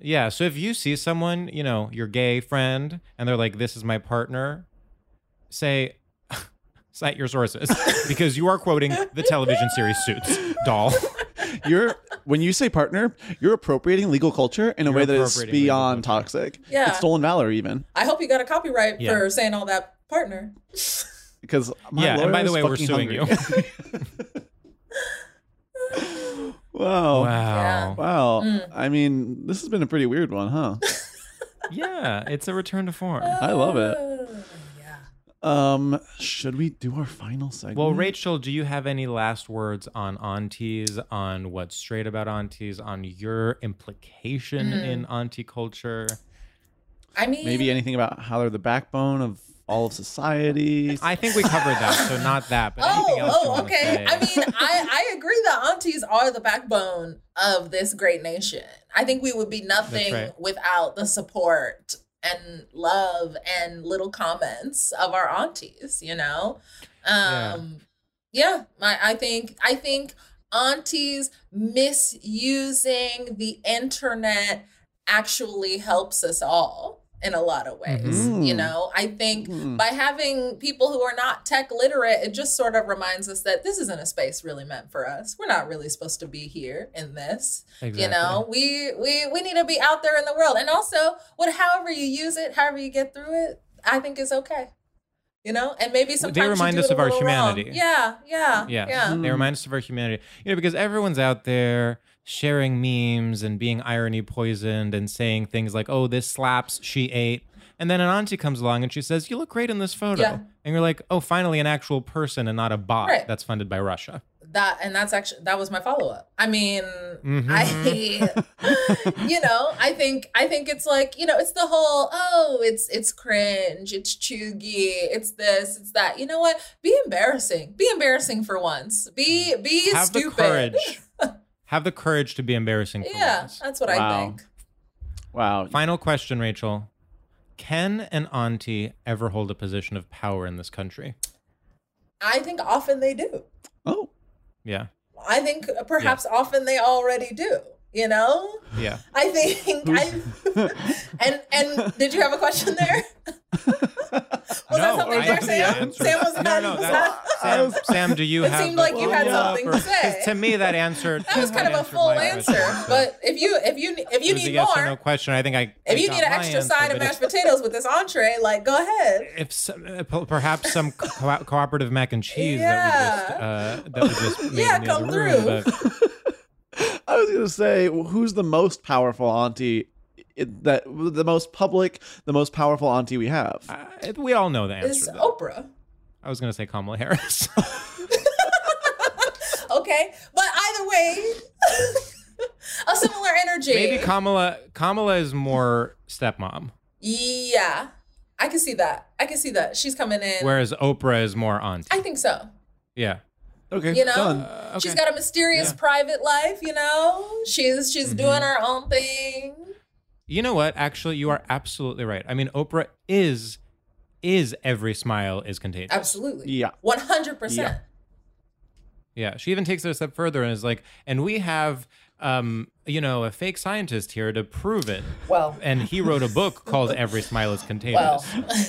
Speaker 2: Yeah, so if you see someone, you know, your gay friend, and they're like, "This is my partner," say, cite your sources because you are quoting the television series Suits, doll.
Speaker 3: you're when you say partner, you're appropriating legal culture in a
Speaker 2: You're
Speaker 3: way that is
Speaker 2: appropriating legal
Speaker 3: beyond
Speaker 2: culture.
Speaker 3: toxic.
Speaker 4: Yeah.
Speaker 3: it's stolen valor even
Speaker 4: I hope you got a copyright
Speaker 2: Yeah.
Speaker 4: for saying all that partner.
Speaker 3: because my
Speaker 2: yeah, and by
Speaker 3: lawyer
Speaker 2: the
Speaker 3: is
Speaker 2: way, we're
Speaker 3: fucking
Speaker 2: suing
Speaker 3: hungry.
Speaker 2: you.
Speaker 3: Wow.
Speaker 2: Wow.
Speaker 3: Wow.
Speaker 4: Mm.
Speaker 3: I mean, this has been a pretty weird one, huh?
Speaker 2: Yeah, it's a return to form.
Speaker 3: I love it.
Speaker 4: Oh, yeah.
Speaker 3: Um, should we do our final segment?
Speaker 4: Mm-hmm.
Speaker 2: Well, Rachel, do you have any last words on aunties, on what's straight about aunties, on your implication
Speaker 4: Mm-hmm.
Speaker 2: in auntie culture?
Speaker 4: I mean,
Speaker 3: maybe anything about how they're the backbone of all of society.
Speaker 2: I think we covered that, so not that, but
Speaker 4: Oh,
Speaker 2: anything else you
Speaker 4: oh,
Speaker 2: wanna
Speaker 4: okay.
Speaker 2: say?
Speaker 4: I mean, I, I agree that aunties are the backbone of this great nation. I think we would be nothing
Speaker 2: right.
Speaker 4: without the support and love and little comments of our aunties, you know? Um yeah, my I think I think aunties misusing the internet actually helps us all in a lot of ways. You
Speaker 2: Mm-hmm.
Speaker 4: know, I think by having people who are not tech literate, it just sort of reminds us that this isn't a space really meant for us. We're not really supposed to be here in this. You know, we we we need to be out there in the world. And also, what however you use it, however you get through it, I think is okay. You know, and maybe sometimes you
Speaker 2: remind
Speaker 4: do
Speaker 2: us
Speaker 4: it a
Speaker 2: of our
Speaker 4: little wrong.
Speaker 2: humanity.
Speaker 4: Yeah, yeah,
Speaker 2: Yeah.
Speaker 4: yeah.
Speaker 2: They remind us of our humanity. You know, because everyone's out there sharing memes and being irony poisoned and saying things like, oh, this slaps, she ate. And then an auntie comes along and she says, you look great in this photo.
Speaker 4: Yeah.
Speaker 2: And you're like, oh, finally an actual person and not a bot
Speaker 4: Right.
Speaker 2: that's funded by Russia.
Speaker 4: that and that's actually that was my follow-up i mean
Speaker 2: Mm-hmm.
Speaker 4: i you know i think i think it's like you know it's the whole oh it's it's cringe it's chuggy it's this it's that you know what be embarrassing be embarrassing for once be be
Speaker 2: Mm. Have
Speaker 4: stupid
Speaker 2: the courage. Have the courage to be embarrassing for
Speaker 4: yeah
Speaker 2: once.
Speaker 4: that's what i
Speaker 3: Wow.
Speaker 4: think
Speaker 3: wow.
Speaker 2: Final question, Rachel. Can an auntie ever hold a position of power in this country?
Speaker 4: i think often they do
Speaker 3: Oh,
Speaker 2: Yeah.
Speaker 4: i think perhaps often they already do you know
Speaker 2: Yeah.
Speaker 4: i think i and and did you have a question there Was that something
Speaker 2: I
Speaker 4: there,
Speaker 2: think
Speaker 4: Sam?
Speaker 2: the answer-
Speaker 4: Sam was
Speaker 2: no,
Speaker 4: not-
Speaker 2: no.
Speaker 4: was
Speaker 2: That,
Speaker 4: not-
Speaker 2: Sam, Sam, do you
Speaker 4: It
Speaker 2: have?
Speaker 4: seemed
Speaker 2: the
Speaker 4: like you had
Speaker 2: follow-up
Speaker 4: something
Speaker 2: or-
Speaker 4: to
Speaker 2: 'cause
Speaker 4: say.
Speaker 2: To me, that answer
Speaker 4: That was kind of a
Speaker 2: answered
Speaker 4: full
Speaker 2: my question,
Speaker 4: answer.
Speaker 2: so
Speaker 4: But if you if you if
Speaker 2: it
Speaker 4: you
Speaker 2: was a
Speaker 4: need
Speaker 2: yes or
Speaker 4: more,
Speaker 2: no question. I think I.
Speaker 4: if
Speaker 2: I
Speaker 4: you
Speaker 2: got
Speaker 4: need an
Speaker 2: my
Speaker 4: extra
Speaker 2: answer,
Speaker 4: side of
Speaker 2: but if-
Speaker 4: mashed potatoes with this entree, like go ahead.
Speaker 2: If some, uh, po- perhaps some co- cooperative mac and cheese that we just uh, that we just made
Speaker 4: Yeah,
Speaker 2: in the
Speaker 4: come
Speaker 2: other room,
Speaker 4: through.
Speaker 2: but-
Speaker 3: I was gonna say, who's the most powerful auntie? It, that the most public, the most powerful auntie we have.
Speaker 2: Uh, we all know the
Speaker 4: It's
Speaker 2: answer. though.
Speaker 4: Oprah.
Speaker 2: I was going to say Kamala Harris.
Speaker 4: Okay, but either way, a similar energy.
Speaker 2: Maybe Kamala. Kamala is more stepmom,
Speaker 4: yeah, I can see that. I can see that she's coming in.
Speaker 2: whereas Oprah is more auntie.
Speaker 4: I think so.
Speaker 2: Yeah.
Speaker 3: Okay,
Speaker 4: You know,
Speaker 3: done.
Speaker 4: she's got a mysterious private life. You know, she's she's
Speaker 2: Mm-hmm.
Speaker 4: doing her own thing.
Speaker 2: You know what? Actually, you are absolutely right. I mean, Oprah is is every smile is contagious.
Speaker 4: Absolutely.
Speaker 3: Yeah.
Speaker 4: One hundred percent.
Speaker 2: Yeah, she even takes it a step further and is like, and we have, um, you know, a fake scientist here to prove it.
Speaker 4: Well.
Speaker 2: And he wrote a book called "Every Smile Is Contagious,"
Speaker 4: Well.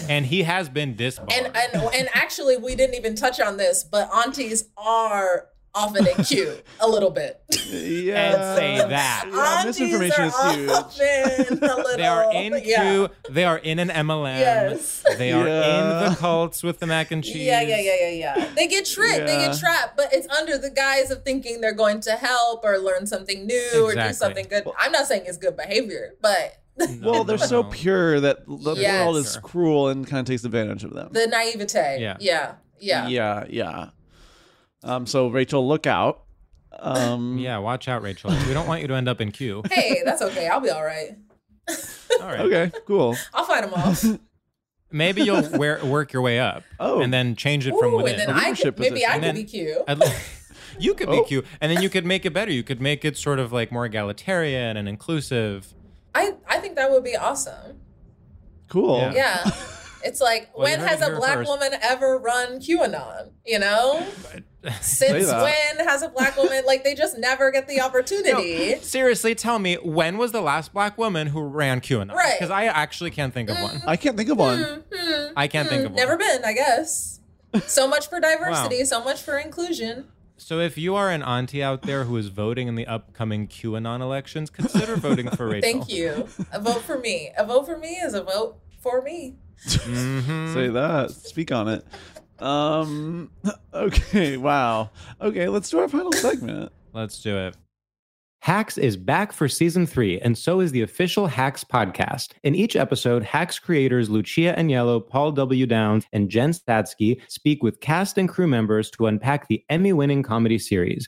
Speaker 2: and he has been disbarred.
Speaker 4: and and and actually we didn't even touch on this but aunties are often acute a little bit
Speaker 3: Yeah,
Speaker 2: And say that
Speaker 3: Yeah,
Speaker 4: aunties
Speaker 3: misinformation
Speaker 4: are
Speaker 3: is huge.
Speaker 4: often a little,
Speaker 2: they are in
Speaker 4: yeah.
Speaker 2: queue. They are in an MLM.
Speaker 4: Yes.
Speaker 2: They are
Speaker 3: Yeah.
Speaker 2: in the cults with the mac and cheese.
Speaker 4: Yeah, yeah, yeah, yeah, yeah. They get tricked, they
Speaker 3: Yeah.
Speaker 4: get trapped, but it's under the guise of thinking they're going to help or learn something new or
Speaker 2: Exactly. Mm.
Speaker 4: do something good. I'm not saying it's good behavior, but
Speaker 2: No,
Speaker 3: Well,
Speaker 2: no,
Speaker 3: they're so
Speaker 2: no.
Speaker 3: pure that the
Speaker 4: Yes.
Speaker 3: world is cruel and kind of takes advantage of them.
Speaker 4: the naivete.
Speaker 2: Yeah.
Speaker 4: Yeah. Yeah.
Speaker 3: yeah, yeah. Um, so Rachel, look out. Um,
Speaker 2: Yeah, watch out, Rachel. We don't want you to end up in queue.
Speaker 4: Hey, that's okay. I'll be all right.
Speaker 2: All right.
Speaker 3: Okay, cool.
Speaker 4: I'll fight them off.
Speaker 2: Maybe you'll wear, work your way up.
Speaker 3: Oh.
Speaker 2: And then change it from
Speaker 4: Ooh,
Speaker 2: within.
Speaker 4: and then I
Speaker 3: leadership
Speaker 4: could, maybe
Speaker 3: position.
Speaker 4: I
Speaker 2: And
Speaker 4: could
Speaker 2: then-
Speaker 4: be cute.
Speaker 2: At le- you could be
Speaker 3: Oh.
Speaker 2: cute, and then you could make it better. You could make it sort of like more egalitarian and inclusive.
Speaker 4: I, I think that would be awesome.
Speaker 3: Cool.
Speaker 2: Yeah.
Speaker 4: Yeah. It's like,
Speaker 2: Well, you
Speaker 4: when
Speaker 2: heard
Speaker 4: has
Speaker 2: it
Speaker 4: a
Speaker 2: here
Speaker 4: black
Speaker 2: first.
Speaker 4: woman ever run QAnon? You know? Since
Speaker 3: Say that.
Speaker 4: when has a black woman, like, they just never get the opportunity?
Speaker 2: Seriously, tell me when was the last black woman who ran QAnon?
Speaker 4: Right. Mm-hmm.
Speaker 2: Because I actually can't think of one.
Speaker 3: I can't think of one.
Speaker 2: I can't think of one.
Speaker 4: Never been, I guess. So much for diversity, so much for inclusion.
Speaker 2: So if you are an auntie out there who is voting in the upcoming QAnon elections, consider voting for Rachel.
Speaker 4: Thank you. A vote for me. A vote for me is a vote for me.
Speaker 3: Say that. Speak on it. Um. Okay. Wow. Okay. Let's do our final segment.
Speaker 2: Let's do it.
Speaker 6: Hacks is back for season three, and so is the official Hacks podcast. In each episode, Hacks creators Lucia Agnello, Paul W. Downs, and Jen Statsky speak with cast and crew members to unpack the Emmy winning comedy series.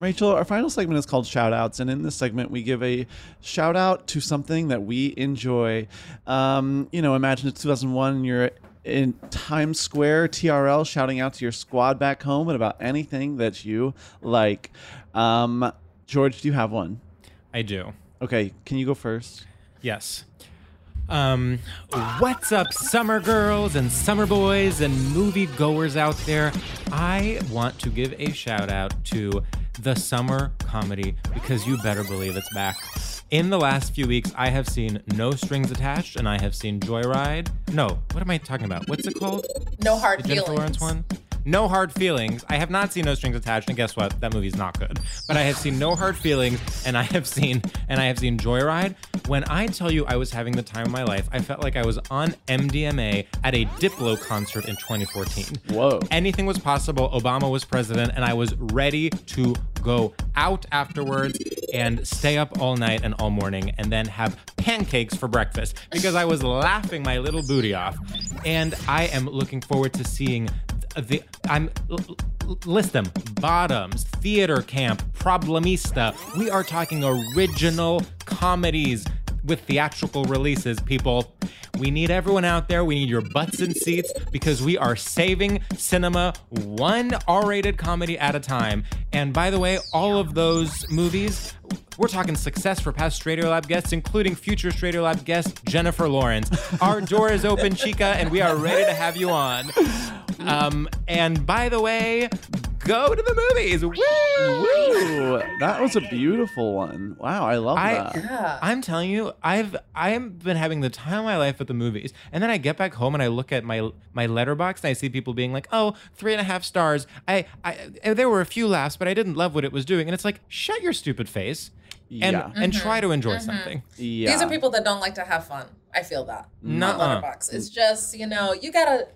Speaker 3: Rachel, our final segment is called shout outs. And in this segment, we give a shout out to something that we enjoy. Um, you know, imagine it's 2001 and you're in Times Square, TRL, shouting out to your squad back home and about anything that you like. Um, George, do you have one?
Speaker 2: I do.
Speaker 3: Okay, can you go first?
Speaker 2: Yes. Um, what's up, summer girls and summer boys and movie goers out there? I want to give a shout out to the summer comedy because you better believe it's back. In the last few weeks, I have seen No Strings Attached and I have seen Joyride. No, what am I talking about? What's it called?
Speaker 4: No hard
Speaker 2: The Jennifer Lawrence
Speaker 4: feelings.
Speaker 2: one? No Hard Feelings. I have not seen No Strings Attached, and guess what? That movie's not good. But I have seen No Hard Feelings, and I have seen and I have seen Joyride. When I tell you I was having the time of my life, I felt like I was on MDMA at a Diplo concert in 2014.
Speaker 3: Whoa.
Speaker 2: Anything was possible. Obama was president, and I was ready to go out afterwards and stay up all night and all morning and then have pancakes for breakfast because I was laughing my little booty off. And I am looking forward to seeing the I'm l- l- list them bottoms theater camp problemista we are talking original comedies with theatrical releases people we need everyone out there we need your butts in seats because we are saving cinema one R-rated comedy at a time and by the way all of those movies we're talking success for past Stradio Lab guests, including future Stradio Lab guest Jennifer Lawrence. Our door is open, Chica, and we are ready to have you on. Um, and by the way, go to the movies. Woo!
Speaker 3: Ooh, that was a beautiful one. Wow, I love that.
Speaker 2: I, I'm telling you, I've I've been having the time of my life at the movies, and then I get back home and I look at my my letterbox and I see people being like, "Oh, three and a half stars." I, I there were a few laughs, but I didn't love what it was doing, and it's like, shut your stupid face, and
Speaker 3: Yeah.
Speaker 2: and try to enjoy something.
Speaker 3: yeah.
Speaker 4: These are people that don't like to have fun. I feel that. Not
Speaker 2: Nuh-uh.
Speaker 4: letterbox. It's just, you know, you gotta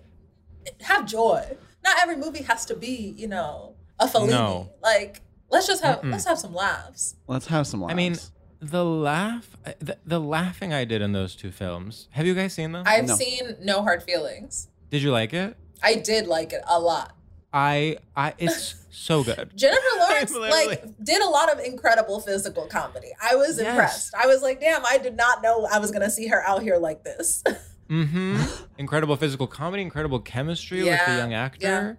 Speaker 4: have joy. Not every movie has to be, you know, a Fellini.
Speaker 2: No.
Speaker 4: Like, let's just have let's have some laughs.
Speaker 3: Let's have some laughs.
Speaker 2: I mean, the laugh, the, the laughing I did in those two films. Have you guys seen them?
Speaker 4: I've
Speaker 3: No.
Speaker 4: seen no hard feelings.
Speaker 2: did you like it?
Speaker 4: I did like it a lot.
Speaker 2: I I it's so good.
Speaker 4: Jennifer Lawrence like
Speaker 2: literally-
Speaker 4: did a lot of incredible physical comedy. I was
Speaker 2: Yes.
Speaker 4: impressed. I was like, damn, I did not know I was gonna see her out here like this.
Speaker 2: Mm-hmm. incredible physical comedy, incredible chemistry with the
Speaker 4: Yeah,
Speaker 2: young actor.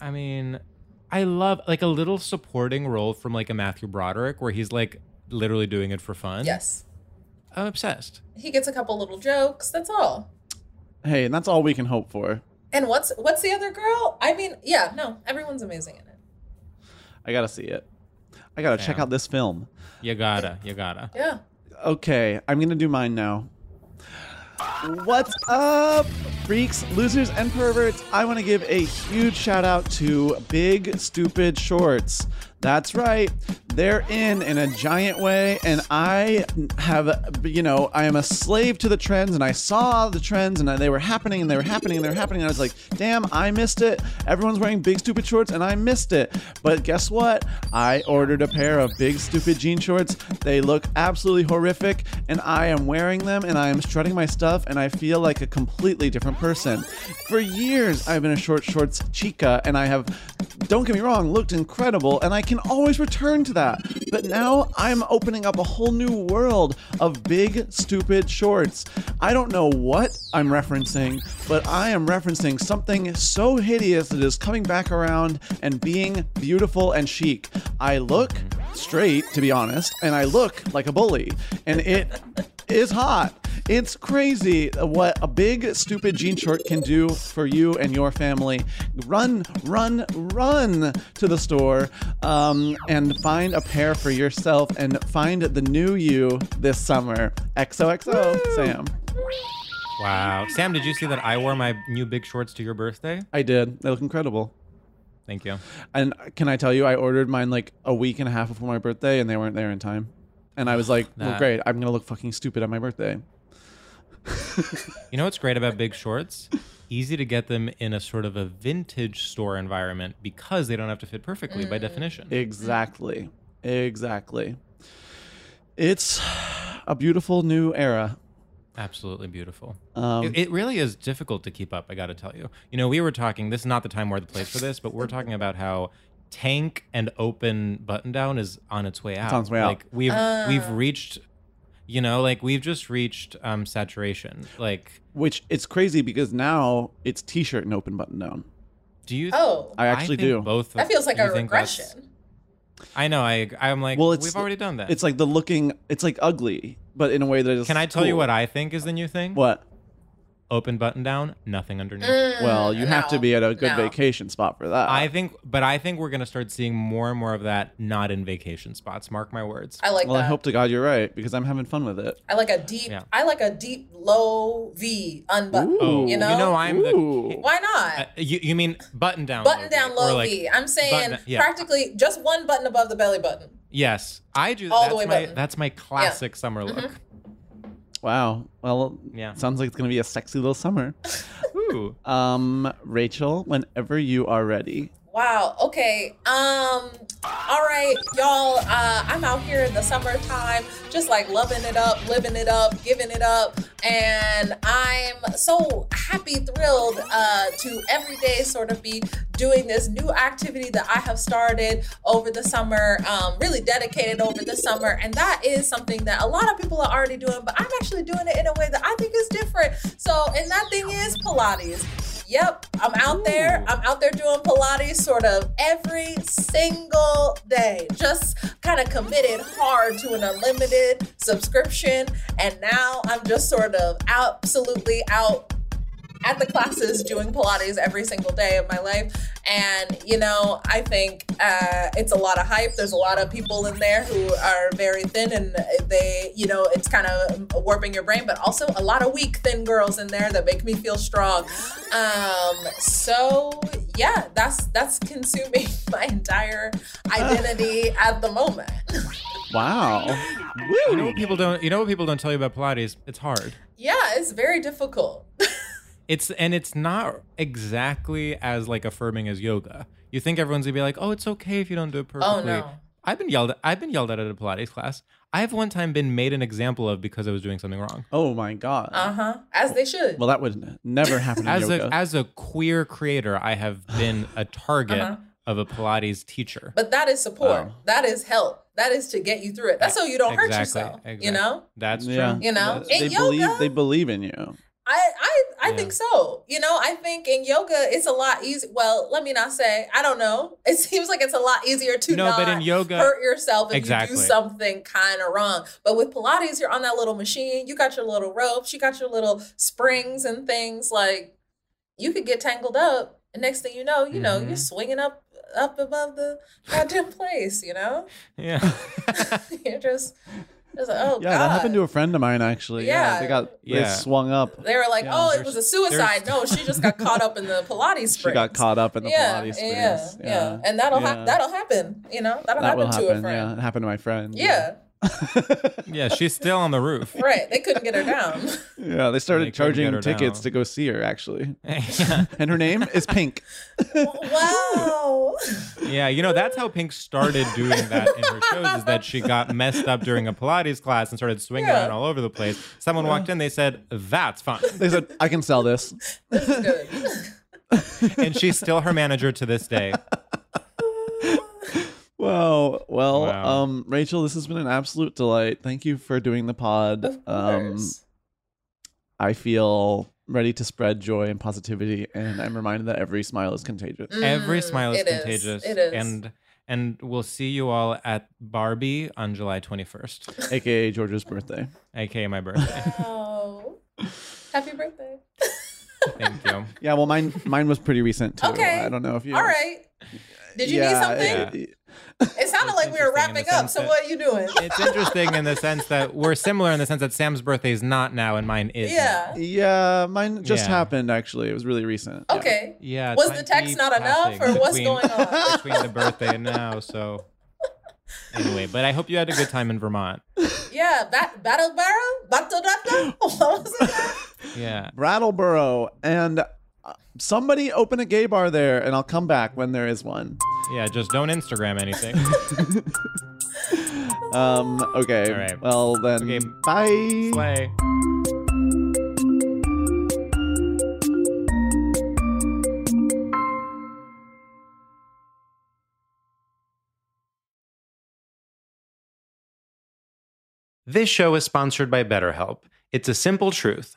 Speaker 2: I mean, I love like a little supporting role from like a Matthew Broderick where he's like literally doing it for fun.
Speaker 4: Yes.
Speaker 2: I'm obsessed.
Speaker 4: He gets a couple little jokes. That's all.
Speaker 3: Hey, and that's all we can hope for.
Speaker 4: And what's what's the other girl? I mean, yeah, no, everyone's amazing in it.
Speaker 3: I gotta see it. I gotta check out this film.
Speaker 2: You gotta, you gotta.
Speaker 4: Yeah.
Speaker 3: Okay, I'm gonna do mine now. What's up, freaks, losers, and perverts? I want to give a huge shout out to Big Stupid Shorts. That's right, they're in in a giant way, and I have, you know, I am a slave to the trends, and I saw the trends, and they were happening, and they were happening, and they were happening, and I was like, damn, I missed it. Everyone's wearing big stupid shorts, and I missed it. But guess what? I ordered a pair of big stupid jean shorts. They look absolutely horrific, and I am wearing them, and I am strutting my stuff, and I feel like a completely different person. For years, I've been a short shorts chica, and I have, don't get me wrong, looked incredible, and I can always return to that. But now I'm opening up a whole new world of big stupid shorts. I don't know what I'm referencing, but I am referencing something so hideous that is coming back around and being beautiful and chic. I look straight, to be honest, and I look like a bully, and it is hot. It's crazy what a big stupid jean short can do for you and your family. Run, run, run to the store um, and find a pair for yourself and find the new you this summer. XOXO, Sam.
Speaker 2: Wow. Sam, did you see that I wore my new big shorts to your birthday?
Speaker 3: I did. They look incredible.
Speaker 2: Thank you.
Speaker 3: And can I tell you, I ordered mine like a week and a half before my birthday, and they weren't there in time. And I was like,
Speaker 2: That-
Speaker 3: well,
Speaker 2: Mm-hmm.
Speaker 3: great, I'm gonna look fucking stupid on my birthday.
Speaker 2: You know what's great about big shorts? Easy to get them in a sort of a vintage store environment because they don't have to fit perfectly
Speaker 4: Mm.
Speaker 2: by definition.
Speaker 3: Exactly. Exactly. It's a beautiful new era.
Speaker 2: Absolutely beautiful.
Speaker 3: Um,
Speaker 2: it, it really is difficult to keep up, I got to tell you. You know, we were talking, this is not the time or the place for this, but we're talking about how tank and open button down is on its way out.
Speaker 3: on its way out.
Speaker 2: Like we've
Speaker 4: Uh.
Speaker 3: Ah.
Speaker 2: we've reached you know, like we've just reached um saturation. Like
Speaker 3: Which it's crazy because now it's t-shirt and open button down.
Speaker 2: do you
Speaker 4: Oh.
Speaker 3: I actually
Speaker 2: think
Speaker 3: do.
Speaker 2: Both
Speaker 4: That
Speaker 2: of-
Speaker 4: feels like
Speaker 2: you
Speaker 4: a
Speaker 2: think that's-
Speaker 4: regression.
Speaker 2: I know. I I'm like
Speaker 3: Well, it's
Speaker 2: we've already done that.
Speaker 3: It's like the looking. It's like ugly, but in a way that is.
Speaker 2: Can I tell you
Speaker 3: cool.
Speaker 2: what I think is the new thing?
Speaker 3: What?
Speaker 2: Open button down, nothing underneath.
Speaker 4: Mm.
Speaker 3: well, you have to be at a good
Speaker 2: Uh, no.
Speaker 3: vacation spot for that.
Speaker 2: I think, but I think we're gonna start seeing more and more of that not in vacation spots. Mark my words.
Speaker 4: I like
Speaker 3: well, I
Speaker 4: that.
Speaker 3: hope to God you're right because I'm having fun with it.
Speaker 4: I like a deep.
Speaker 2: Yeah.
Speaker 4: I like a deep low V unbutton.
Speaker 2: Oh,
Speaker 4: you know.
Speaker 2: I'm the.
Speaker 4: Why not?
Speaker 2: Uh, you, you mean button down?
Speaker 4: button down
Speaker 2: V,
Speaker 4: low
Speaker 2: or like-
Speaker 4: V. I'm saying
Speaker 2: button- yeah.
Speaker 4: practically just one button above the belly button.
Speaker 2: Yes, I do.
Speaker 4: All the
Speaker 2: that's
Speaker 4: way
Speaker 2: my
Speaker 4: button. Mm-hmm.
Speaker 2: that's my classic summer look.
Speaker 3: Wow. Well,
Speaker 2: Yeah.
Speaker 3: Sounds like it's gonna be a sexy little summer.
Speaker 2: Ooh.
Speaker 3: Um, Rachel, whenever you are ready.
Speaker 4: Wow. Okay. Um. All right, y'all. Uh, I'm out here in the summertime, just like loving it up, living it up, giving it up, and I'm so happy, thrilled uh, to every day sort of be doing this new activity that I have started over the summer. Um, really dedicated over the summer, and that is something that a lot of people are already doing, but I'm actually doing it in a way that I think is different. So, and that thing is Pilates. Yep, I'm out there. I'm out there doing Pilates sort of every single day. Just kind of committed hard to an unlimited subscription. And now I'm just sort of absolutely out at the classes doing Pilates every single day of my life. And, you know, I think uh, it's a lot of hype. There's a lot of people in there who are very thin and they, you know, it's kind of warping your brain, but also a lot of weak, thin girls in there that make me feel strong. Um, so, yeah, that's that's consuming my entire identity at the moment.
Speaker 3: Wow.
Speaker 2: You know what people don't. You know what people don't tell you about Pilates? It's hard.
Speaker 4: Yeah, it's very difficult.
Speaker 2: It's and it's not exactly as like affirming as yoga. You think everyone's gonna be like, oh, it's okay if you don't do it perfectly.
Speaker 4: Oh, no.
Speaker 2: I've been yelled. At, I've been yelled at at a Pilates class. I have one time been made an example of because I was doing something wrong.
Speaker 3: Oh my God.
Speaker 4: Uh huh. As they should.
Speaker 3: Well, that would never happen in
Speaker 2: as
Speaker 3: yoga.
Speaker 2: a as a queer creator, I have been a target
Speaker 4: Uh-huh.
Speaker 2: of a Pilates teacher.
Speaker 4: But that is support.
Speaker 2: Wow.
Speaker 4: That is help. That is to get you through
Speaker 2: E
Speaker 4: it. That's so you don't hurt yourself. You know?
Speaker 2: That's true.
Speaker 3: Yeah.
Speaker 4: You know?
Speaker 3: They
Speaker 4: In
Speaker 3: believe
Speaker 4: yoga-
Speaker 3: they believe in you.
Speaker 4: I I, I think so. You know, I think in yoga it's a lot easier. Well, let me not say. I don't know. It seems like it's a lot easier to
Speaker 2: No,
Speaker 4: not
Speaker 2: but in yoga-
Speaker 4: hurt yourself if
Speaker 2: Exactly.
Speaker 4: you do something kind of wrong. But with Pilates, you're on that little machine. You got your little ropes. You got your little springs and things. Like you could get tangled up, and next thing you know, you know,
Speaker 2: Mm-hmm.
Speaker 4: you're swinging up up above the goddamn place. You know,
Speaker 2: Yeah.
Speaker 4: you're just. just like, oh
Speaker 3: yeah,
Speaker 4: God.
Speaker 3: that happened to a friend of mine actually.
Speaker 4: Yeah.
Speaker 3: they got they
Speaker 2: Yeah.
Speaker 3: swung up.
Speaker 4: They were like,
Speaker 3: Yeah.
Speaker 4: "Oh, it was a suicide." No, she just got caught up in the Pilates
Speaker 3: She
Speaker 4: springs.
Speaker 3: got caught up in the
Speaker 4: yeah,
Speaker 3: Pilates.
Speaker 4: yeah,
Speaker 3: space.
Speaker 4: yeah, and that'll
Speaker 3: Yeah.
Speaker 4: hap that'll happen. You know, that'll
Speaker 3: That
Speaker 4: happen
Speaker 3: will
Speaker 4: to a
Speaker 3: happen.
Speaker 4: friend.
Speaker 3: Yeah, it happened to my friend.
Speaker 4: Yeah.
Speaker 2: yeah, she's still on the roof.
Speaker 4: right. They couldn't get her down.
Speaker 3: Yeah, they started
Speaker 2: They couldn't get
Speaker 3: charging
Speaker 2: her
Speaker 3: tickets
Speaker 2: down.
Speaker 3: to go see her actually. and her name is Pink.
Speaker 4: wow.
Speaker 2: Yeah, you know, that's how Pink started doing that in her shows is that she got messed up during a Pilates class and started swinging
Speaker 4: Yeah.
Speaker 2: around all over the place. Someone walked in, they said, That's fine.
Speaker 3: They said, I can sell this.
Speaker 2: And she's still her manager to this day.
Speaker 3: Wow. Well,
Speaker 2: Wow.
Speaker 3: um, Rachel, this has been an absolute delight. Thank you for doing the pod.
Speaker 4: Of
Speaker 3: Um,
Speaker 4: course.
Speaker 3: I feel ready to spread joy and positivity, and I'm reminded that every smile is contagious.
Speaker 4: Mm.
Speaker 2: Every smile is
Speaker 4: it is.
Speaker 2: contagious.
Speaker 4: It is.
Speaker 2: And and we'll see you all at Barbie on July 21st,
Speaker 3: AKA George's birthday.
Speaker 2: aka my birthday.
Speaker 4: Oh, happy birthday.
Speaker 2: Thank you.
Speaker 3: Yeah, well, mine mine was pretty recent too.
Speaker 4: Okay.
Speaker 3: I don't know if you.
Speaker 4: All right. Did you
Speaker 3: Yeah,
Speaker 4: need
Speaker 3: it-
Speaker 4: something? It sounded like we
Speaker 2: interesting in
Speaker 4: were
Speaker 2: the
Speaker 4: wrapping up.
Speaker 2: sense
Speaker 4: So
Speaker 2: that-
Speaker 4: what are you doing?
Speaker 2: It's interesting in the sense that we're similar in the sense that Sam's birthday is not now and mine is. now.
Speaker 4: Yeah.
Speaker 3: yeah, mine just
Speaker 2: Yeah.
Speaker 3: happened actually. It was really recent. Yeah.
Speaker 4: Okay.
Speaker 2: Yeah. it's
Speaker 4: Was
Speaker 2: might
Speaker 4: the text
Speaker 2: be
Speaker 4: not enough,
Speaker 2: passing
Speaker 4: or what's
Speaker 2: between-
Speaker 4: going on?
Speaker 2: between the birthday and now. So anyway, but I hope you had a good time in Vermont.
Speaker 4: Yeah, bat- battle barrel, battle data. What was it?
Speaker 2: Yeah.
Speaker 3: Brattleboro, and uh, somebody open a gay bar there, and I'll come back when there is one.
Speaker 2: Yeah. Just don't Instagram anything.
Speaker 3: Um. Okay.
Speaker 2: All right.
Speaker 3: Well then.
Speaker 2: Okay.
Speaker 3: Bye.
Speaker 2: Play. This show is sponsored by BetterHelp. It's a simple truth.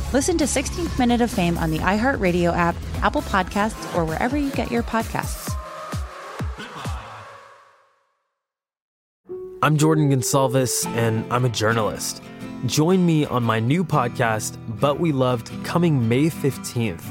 Speaker 1: Listen to 16th Minute of Fame on the iHeartRadio app, Apple Podcasts, or wherever you get your podcasts.
Speaker 7: I'm Jordan Gonsalves, and I'm a journalist. Join me on my new podcast, But We Loved, coming May 15th,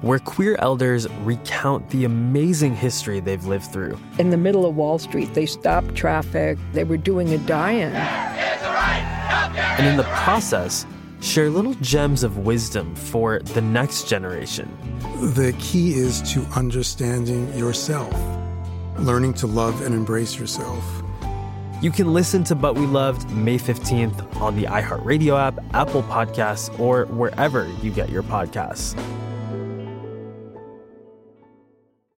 Speaker 7: where queer elders recount the amazing history they've lived through.
Speaker 8: in the middle of Wall Street. They stopped traffic. They were doing a die-in.
Speaker 7: And in the process, share little gems of wisdom for the next generation.
Speaker 9: The key is to understanding yourself, learning to love and embrace yourself.
Speaker 7: You can listen to But We Loved May 15th on the iHeartRadio app, Apple Podcasts, or wherever you get your podcasts.